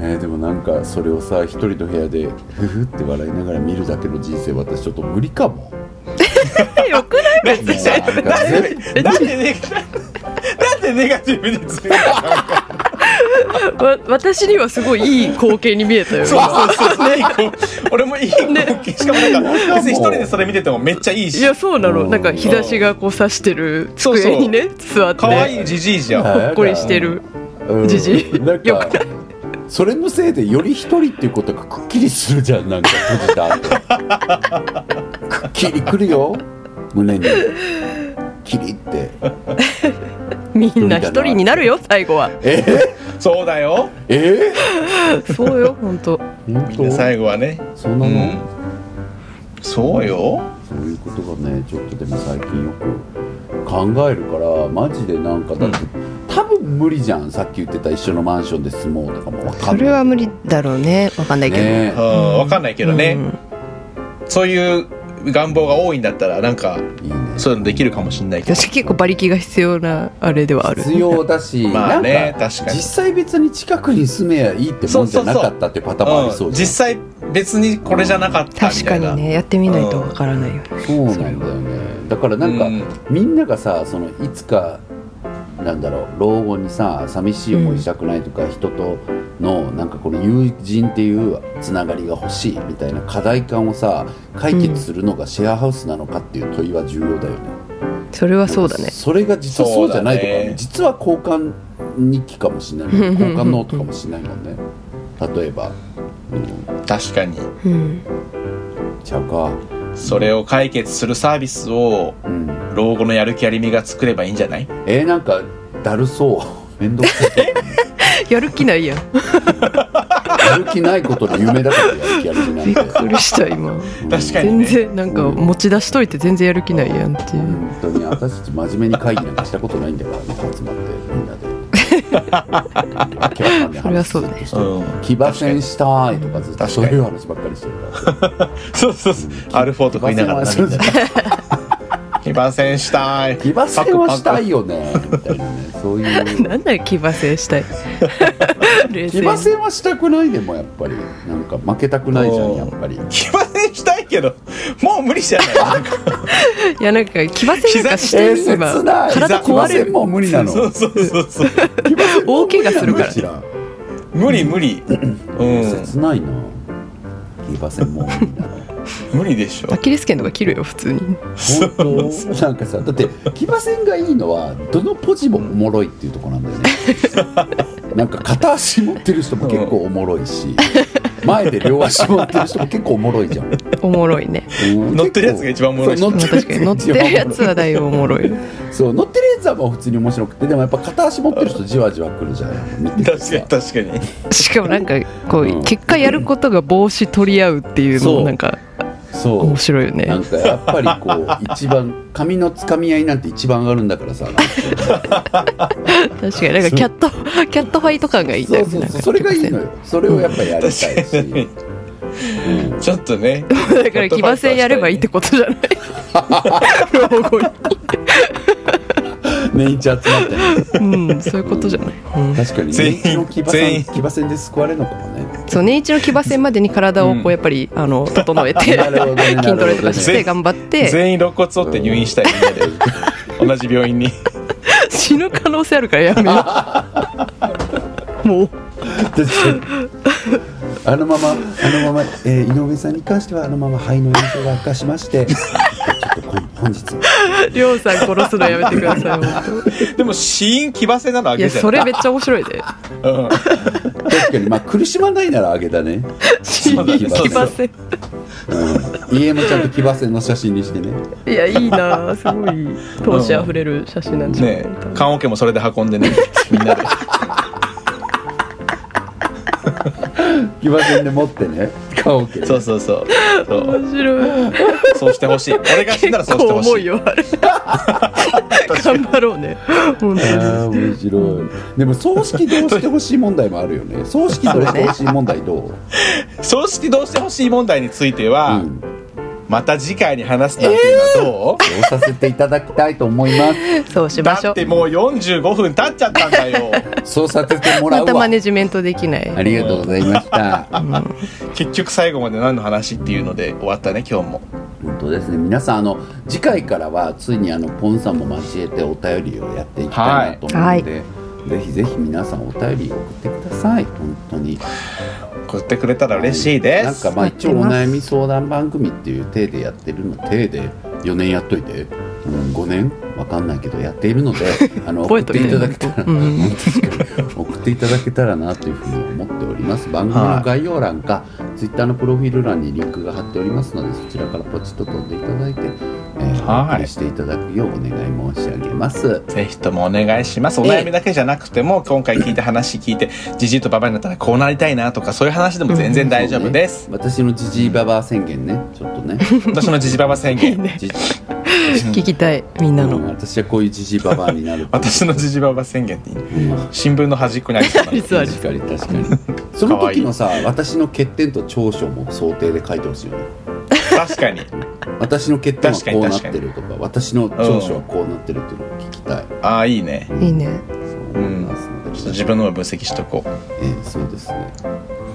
[SPEAKER 2] えーでもなんかそれをさ一人の部屋でふふって笑いながら見るだけの人生私ちょっと無理かも
[SPEAKER 3] よくない別
[SPEAKER 2] もう
[SPEAKER 3] に
[SPEAKER 2] なんかぜ
[SPEAKER 1] なんでネガなんでネガティブにつ い
[SPEAKER 3] わ私にはすごいいい光景に見えたよ
[SPEAKER 1] そうそうそう、いい子俺もいい光景しかもなんか別に一人でそれ見ててもめっちゃいい
[SPEAKER 3] い
[SPEAKER 1] し
[SPEAKER 3] やそうなの
[SPEAKER 2] うん
[SPEAKER 3] なんか日差しがこう差してる
[SPEAKER 1] そうそう
[SPEAKER 3] 机にね座って
[SPEAKER 1] 可
[SPEAKER 3] ほ
[SPEAKER 1] 愛いじじいじゃん、
[SPEAKER 2] はい
[SPEAKER 3] っこりしてる
[SPEAKER 2] うん
[SPEAKER 3] じじい
[SPEAKER 2] なん
[SPEAKER 3] よ
[SPEAKER 2] かそれのせいでより一人っていうことがくっきりするじゃんなんか閉じた後くっきりくるよ胸にキリって
[SPEAKER 3] みんな一人になるよ最後は
[SPEAKER 2] え
[SPEAKER 1] そうだよ
[SPEAKER 2] ー、え
[SPEAKER 3] そうよ本当
[SPEAKER 2] ー、本
[SPEAKER 1] みんな
[SPEAKER 2] 当
[SPEAKER 1] 最後はね
[SPEAKER 2] そんな
[SPEAKER 1] う
[SPEAKER 2] の、
[SPEAKER 1] んそうよ
[SPEAKER 2] そういうことがねちょっとでも最近よく考えるからマジでなんかだって、多分無理じゃんさっき言ってた一緒のマンションで住もうとかも分か
[SPEAKER 3] そ
[SPEAKER 2] んない
[SPEAKER 3] れは無理だろうねわかんないけど、
[SPEAKER 2] ね
[SPEAKER 1] うんわかんないけどね、
[SPEAKER 3] うん
[SPEAKER 1] そういう願望が多いんだったらなんか
[SPEAKER 2] いいね
[SPEAKER 1] そういうのできるかもしれないけど
[SPEAKER 3] 私結構馬力が必要なあれではある
[SPEAKER 2] 必要だし、
[SPEAKER 1] まあね
[SPEAKER 2] なんか
[SPEAKER 1] 確かに
[SPEAKER 2] 実際別に近くに住めやいいってもんじゃなかったってパターンもありそううんじゃ
[SPEAKER 1] 実際別にこれじゃなかったみ
[SPEAKER 3] 確
[SPEAKER 1] た
[SPEAKER 3] か
[SPEAKER 1] いな
[SPEAKER 3] にねやってみないとわからないよね、
[SPEAKER 2] んそうなんだよねだからなんか、
[SPEAKER 1] うん
[SPEAKER 2] みんながさそのいつかなんだろう老後にさ寂しい思いしたくないとか、人とのなんかこの友人っていうつながりが欲しいみたいな課題感をさ解決するのがシェアハウスなのかっていう問いは重要だよね。
[SPEAKER 3] それはそうだね
[SPEAKER 2] それが実はそうじゃないとか、
[SPEAKER 1] そうだね
[SPEAKER 2] 実は交換日記かもしれ ない交換ノートかもしれないもんね例えば、うん、
[SPEAKER 1] 確かに
[SPEAKER 3] うん
[SPEAKER 2] ちゃうか、
[SPEAKER 1] それを解決するサービスを
[SPEAKER 2] うん、
[SPEAKER 1] 老後のやる気ありみが作ればいいんじゃない
[SPEAKER 2] えー、なんかだるそう 面倒くさい
[SPEAKER 3] やる気ないやん
[SPEAKER 2] やる気ないことで夢だからやる気ある気なん
[SPEAKER 3] び
[SPEAKER 2] て
[SPEAKER 3] っくりした今
[SPEAKER 2] うん
[SPEAKER 1] 確かに
[SPEAKER 3] 全
[SPEAKER 1] ね
[SPEAKER 3] 然なんか持ち出しといて全然やる気ないやんっていう
[SPEAKER 2] 本当に私たち真面目に会議なんかしたことないんだからね集まってみんなでわけわかんない
[SPEAKER 3] それはそうだね
[SPEAKER 2] 話
[SPEAKER 1] うん
[SPEAKER 2] 騎馬戦したいとかずっと
[SPEAKER 1] 確
[SPEAKER 2] そ
[SPEAKER 1] か
[SPEAKER 2] う
[SPEAKER 1] に
[SPEAKER 2] いう話ばっかりしてるから
[SPEAKER 1] そうそうそうアルフォート食いながら
[SPEAKER 2] 騎馬戦は
[SPEAKER 1] 騎馬戦したい
[SPEAKER 2] 騎馬戦はしたいよねみたいなねそういう
[SPEAKER 3] なんだよ騎馬戦 したい冷
[SPEAKER 2] 騎
[SPEAKER 3] 静
[SPEAKER 2] 馬
[SPEAKER 3] に
[SPEAKER 2] 戦はしたくないでもやっぱりなんか負けたくないじゃんやっぱり
[SPEAKER 1] 騎馬戦したいけどもう無理じゃないなんか
[SPEAKER 3] いやなんか騎馬戦なんかして
[SPEAKER 2] えー
[SPEAKER 3] る今
[SPEAKER 2] 切ない
[SPEAKER 3] 体壊れ
[SPEAKER 2] 騎馬戦
[SPEAKER 3] る
[SPEAKER 2] も無理な の
[SPEAKER 1] そうそうそうそう
[SPEAKER 3] 大怪我するから
[SPEAKER 2] 無理なの
[SPEAKER 1] 無理無理うん
[SPEAKER 2] 切ないな騎馬戦も無理なの
[SPEAKER 1] 無理でしょ
[SPEAKER 3] アキレス腱とか切るよ普通に
[SPEAKER 2] 本当なんかさだって騎馬戦がいいのはどのポジもおもろいっていうところなん だよねなんか片足持ってる人も結構おもろいし前で両足持ってる人も結構おもろいじゃん、
[SPEAKER 3] おもろい ね
[SPEAKER 2] うん
[SPEAKER 1] 乗ってるやつが一番おもろいし
[SPEAKER 2] そう乗
[SPEAKER 3] まあ
[SPEAKER 2] ってるや
[SPEAKER 3] 確
[SPEAKER 2] つが一
[SPEAKER 3] かに乗
[SPEAKER 2] 番
[SPEAKER 3] ってるやつはだいぶおもろい
[SPEAKER 2] そう乗ってるやつはまあ普通に面白くてでもやっぱ片足持ってる人じわじわくるじゃん見てて
[SPEAKER 1] 確
[SPEAKER 2] さ
[SPEAKER 1] かに確かに
[SPEAKER 3] しかもなんかこ
[SPEAKER 2] うん
[SPEAKER 3] う結果やることが帽子取り合うっていうの
[SPEAKER 2] そう
[SPEAKER 3] もなんか
[SPEAKER 2] そう
[SPEAKER 3] 面白いよね
[SPEAKER 2] なんかやっぱりこう一番髪のつかみ合いなんて一番あるんだからさ
[SPEAKER 3] 確かになんかキャット キャットファイト感がいいんだ
[SPEAKER 2] そう
[SPEAKER 3] よね
[SPEAKER 2] そう
[SPEAKER 3] なん
[SPEAKER 2] そ
[SPEAKER 3] か
[SPEAKER 2] うそれがいいのよそれをやっぱやりたいし、
[SPEAKER 1] 確かに
[SPEAKER 2] うん
[SPEAKER 1] ちょっとね
[SPEAKER 3] だから騎馬戦やればいいってことじゃない 老後に
[SPEAKER 2] 年一集まってね
[SPEAKER 3] うんそういうことじゃない、うん
[SPEAKER 2] 確かに
[SPEAKER 1] 全
[SPEAKER 2] 年
[SPEAKER 1] 員
[SPEAKER 2] 一の騎馬
[SPEAKER 1] 全
[SPEAKER 2] 戦
[SPEAKER 1] 員
[SPEAKER 2] 騎馬戦で救われるのかもね
[SPEAKER 3] そう年一の騎馬戦までに体をこ
[SPEAKER 1] うん
[SPEAKER 3] うやっぱり、あの整え て
[SPEAKER 2] なるほどねなるほどね
[SPEAKER 3] 筋トレとかし
[SPEAKER 1] 全
[SPEAKER 3] て頑張って
[SPEAKER 1] 全員肋骨折って入院したいみんなで 同じ病院に
[SPEAKER 3] 死ぬ可能性あるからやめようもう
[SPEAKER 2] 確かにあのままあのまま、えー井上さんに関してはあのまま肺の炎症が悪化しましてちょっとこん本日
[SPEAKER 3] りょうさん殺すのやめてください本
[SPEAKER 1] でも死因騎馬戦なのあ
[SPEAKER 3] 当い
[SPEAKER 1] げ
[SPEAKER 3] や
[SPEAKER 1] じゃ
[SPEAKER 3] そ
[SPEAKER 1] ない
[SPEAKER 3] れめっちゃ面白いで
[SPEAKER 1] うん
[SPEAKER 2] 確かにまあ苦しまないならあげだね、
[SPEAKER 3] 死
[SPEAKER 1] うだね
[SPEAKER 3] に騎馬戦
[SPEAKER 2] うん、家もちゃんと騎馬戦の写真にしてね
[SPEAKER 3] いやいいなあすごい闘志あふれる写真なんじゃない、
[SPEAKER 1] ねえ棺桶もそれで運んでねみんなで
[SPEAKER 2] 騎馬戦で持ってね顔を受け
[SPEAKER 1] そうそうそうそう
[SPEAKER 3] 面白い
[SPEAKER 1] そうしてほしい俺が死んだらそうしてほし
[SPEAKER 3] 重
[SPEAKER 1] い
[SPEAKER 3] いよあれ 頑張ろうね本当に
[SPEAKER 2] ああ面白いでも葬式どうしてほしい問題もあるよね葬式どうしてほしい問題どう、
[SPEAKER 1] 葬式どうしてほしい問題については、
[SPEAKER 2] うんど
[SPEAKER 1] また次回に話すなんていうのはどう、
[SPEAKER 2] うさせていただきたいと思います
[SPEAKER 3] そうしまし
[SPEAKER 1] だっ
[SPEAKER 3] ょう
[SPEAKER 1] てもう45分経っちゃったんだよ
[SPEAKER 2] そうさせてもら
[SPEAKER 3] ま
[SPEAKER 2] う
[SPEAKER 3] た
[SPEAKER 2] わ
[SPEAKER 3] マネジメントできない
[SPEAKER 2] ありがとうございました
[SPEAKER 1] 結局最後まで何の話っていうので終わったね今日も
[SPEAKER 2] 本当ですね皆さんあの次回からはついにあのポンさんも交えてお便りをやっていきたいなと思うので、ぜひぜひ皆さんお便り送ってください本当に
[SPEAKER 1] 送ってくれたら嬉しい
[SPEAKER 2] な
[SPEAKER 1] で
[SPEAKER 2] ん
[SPEAKER 1] す
[SPEAKER 2] かまあ一応
[SPEAKER 3] や
[SPEAKER 2] お
[SPEAKER 3] ってます
[SPEAKER 2] 悩み相談番組っていう体でやってるの体で4年やっといて、うん、5年わかんないけどやっているのであ の送っ
[SPEAKER 3] 覚えと
[SPEAKER 2] て
[SPEAKER 3] い
[SPEAKER 2] い
[SPEAKER 3] て
[SPEAKER 2] ただけたら、
[SPEAKER 3] うん
[SPEAKER 2] うん確かに送っていただけたらなというふうに思っております番組の概要欄か、ツイッターのプロフィール欄にリンクが貼っておりますのでそちらからポチッと飛んでいただいて、えー、
[SPEAKER 1] はい
[SPEAKER 2] お送りしていただくようお願い申し上げます
[SPEAKER 1] ぜひともお願いしますお悩みだけじゃなくても今回聞いた話聞いてじじいとばばになったらこうなりたいなとかそういう話でも全然大丈夫です、
[SPEAKER 2] そうね私のジジイババア宣言ねちょ っとね
[SPEAKER 1] 私のじじばば宣言
[SPEAKER 2] ジジ
[SPEAKER 3] 聞きたいみんな
[SPEAKER 2] うん
[SPEAKER 3] の
[SPEAKER 2] 私はこういうジジイババアになる
[SPEAKER 1] 私のじじばば宣言っていい
[SPEAKER 2] うん
[SPEAKER 1] 新聞の端っこにありそう な
[SPEAKER 3] 実は
[SPEAKER 2] 確かに確かにその時のさ私の欠点と長所も想定で書いてほしいよね
[SPEAKER 1] 確かに
[SPEAKER 2] 私の欠点はこうなってるとか私の
[SPEAKER 1] かに
[SPEAKER 2] 長所はこうなってるっていうのを聞きたい、
[SPEAKER 1] ああいいね
[SPEAKER 3] いいね
[SPEAKER 2] そう思いますので、
[SPEAKER 1] ちょっと自分のも分析しとこう
[SPEAKER 2] ええそうですね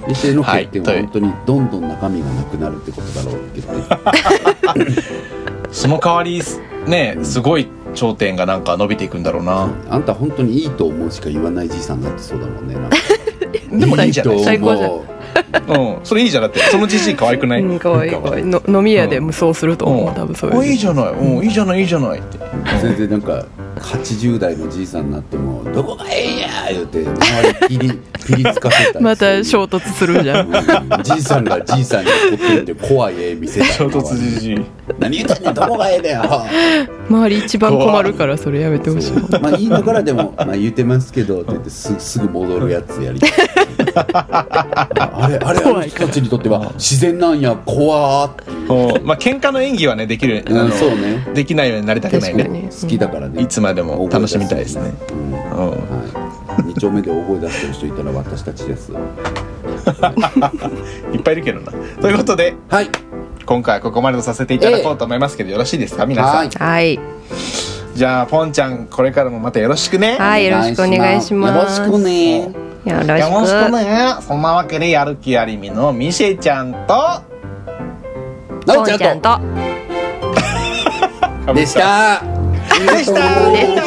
[SPEAKER 2] 医生の欠点は
[SPEAKER 1] はい
[SPEAKER 2] 本当にどんどん中身がなくなるってことだろうけどね、
[SPEAKER 1] その代わりねすごい頂点がなんか伸びていくんだろうな
[SPEAKER 2] あんた本当にいいと思うしか言わないじいさんだってそうだもんねなんか
[SPEAKER 1] でもいいじゃない
[SPEAKER 2] と
[SPEAKER 3] 最高じゃ
[SPEAKER 2] 思う
[SPEAKER 1] うんそれいいじゃんだってそのじじい可愛くない、
[SPEAKER 3] うんかわいいかわいいの飲み屋で無双すると思う多分そういう
[SPEAKER 1] おいいじゃない、うん、いいじゃないいいじゃないって
[SPEAKER 2] 全然なんか80代のじいさんになっても「どこがええんや!」言うて周りピリ ピリつかせたりする
[SPEAKER 3] また衝突する じゃん
[SPEAKER 2] うんじいさんがじいさんに怒ってるんで怖い絵見せたい
[SPEAKER 1] 衝突じじい
[SPEAKER 2] 何言ってんねんどこがええだよ
[SPEAKER 3] 周り一番困るからそれやめてほしい
[SPEAKER 2] そうまあ言いながらでも「まあ、言うてますけど」って言ってすすぐ戻るやつやりたいあれあれあの
[SPEAKER 3] 怖い
[SPEAKER 2] 人たちにとっては自然なんや怖ーっていう、
[SPEAKER 1] うんまあ喧嘩の演技はねできる、
[SPEAKER 2] う
[SPEAKER 1] あ
[SPEAKER 2] ん、
[SPEAKER 1] の
[SPEAKER 2] そうね
[SPEAKER 1] できないようになりたくない
[SPEAKER 3] 確か
[SPEAKER 1] ね
[SPEAKER 3] に
[SPEAKER 2] 好きだからね
[SPEAKER 1] いつまでも楽しみたいですね、
[SPEAKER 2] うんは
[SPEAKER 1] うん、
[SPEAKER 2] い、2丁目で大声出してる人いたら私たちです
[SPEAKER 1] いっぱいいるけどなということで
[SPEAKER 2] はい
[SPEAKER 1] 今回はここまでとさせていただこうと思いますけど、よろしいですか皆さん、
[SPEAKER 2] はい
[SPEAKER 3] はい
[SPEAKER 1] じゃあポンちゃんこれからもまたよろしくね
[SPEAKER 3] はいよろしくお願いします
[SPEAKER 2] よろしくね
[SPEAKER 3] よろしく
[SPEAKER 1] よろしくねそんなわけでやる気ありみのミシェちゃんと
[SPEAKER 2] なお
[SPEAKER 3] ポ
[SPEAKER 2] ちゃん
[SPEAKER 3] ンちゃん
[SPEAKER 2] と
[SPEAKER 3] と
[SPEAKER 2] でした
[SPEAKER 1] でした
[SPEAKER 3] でした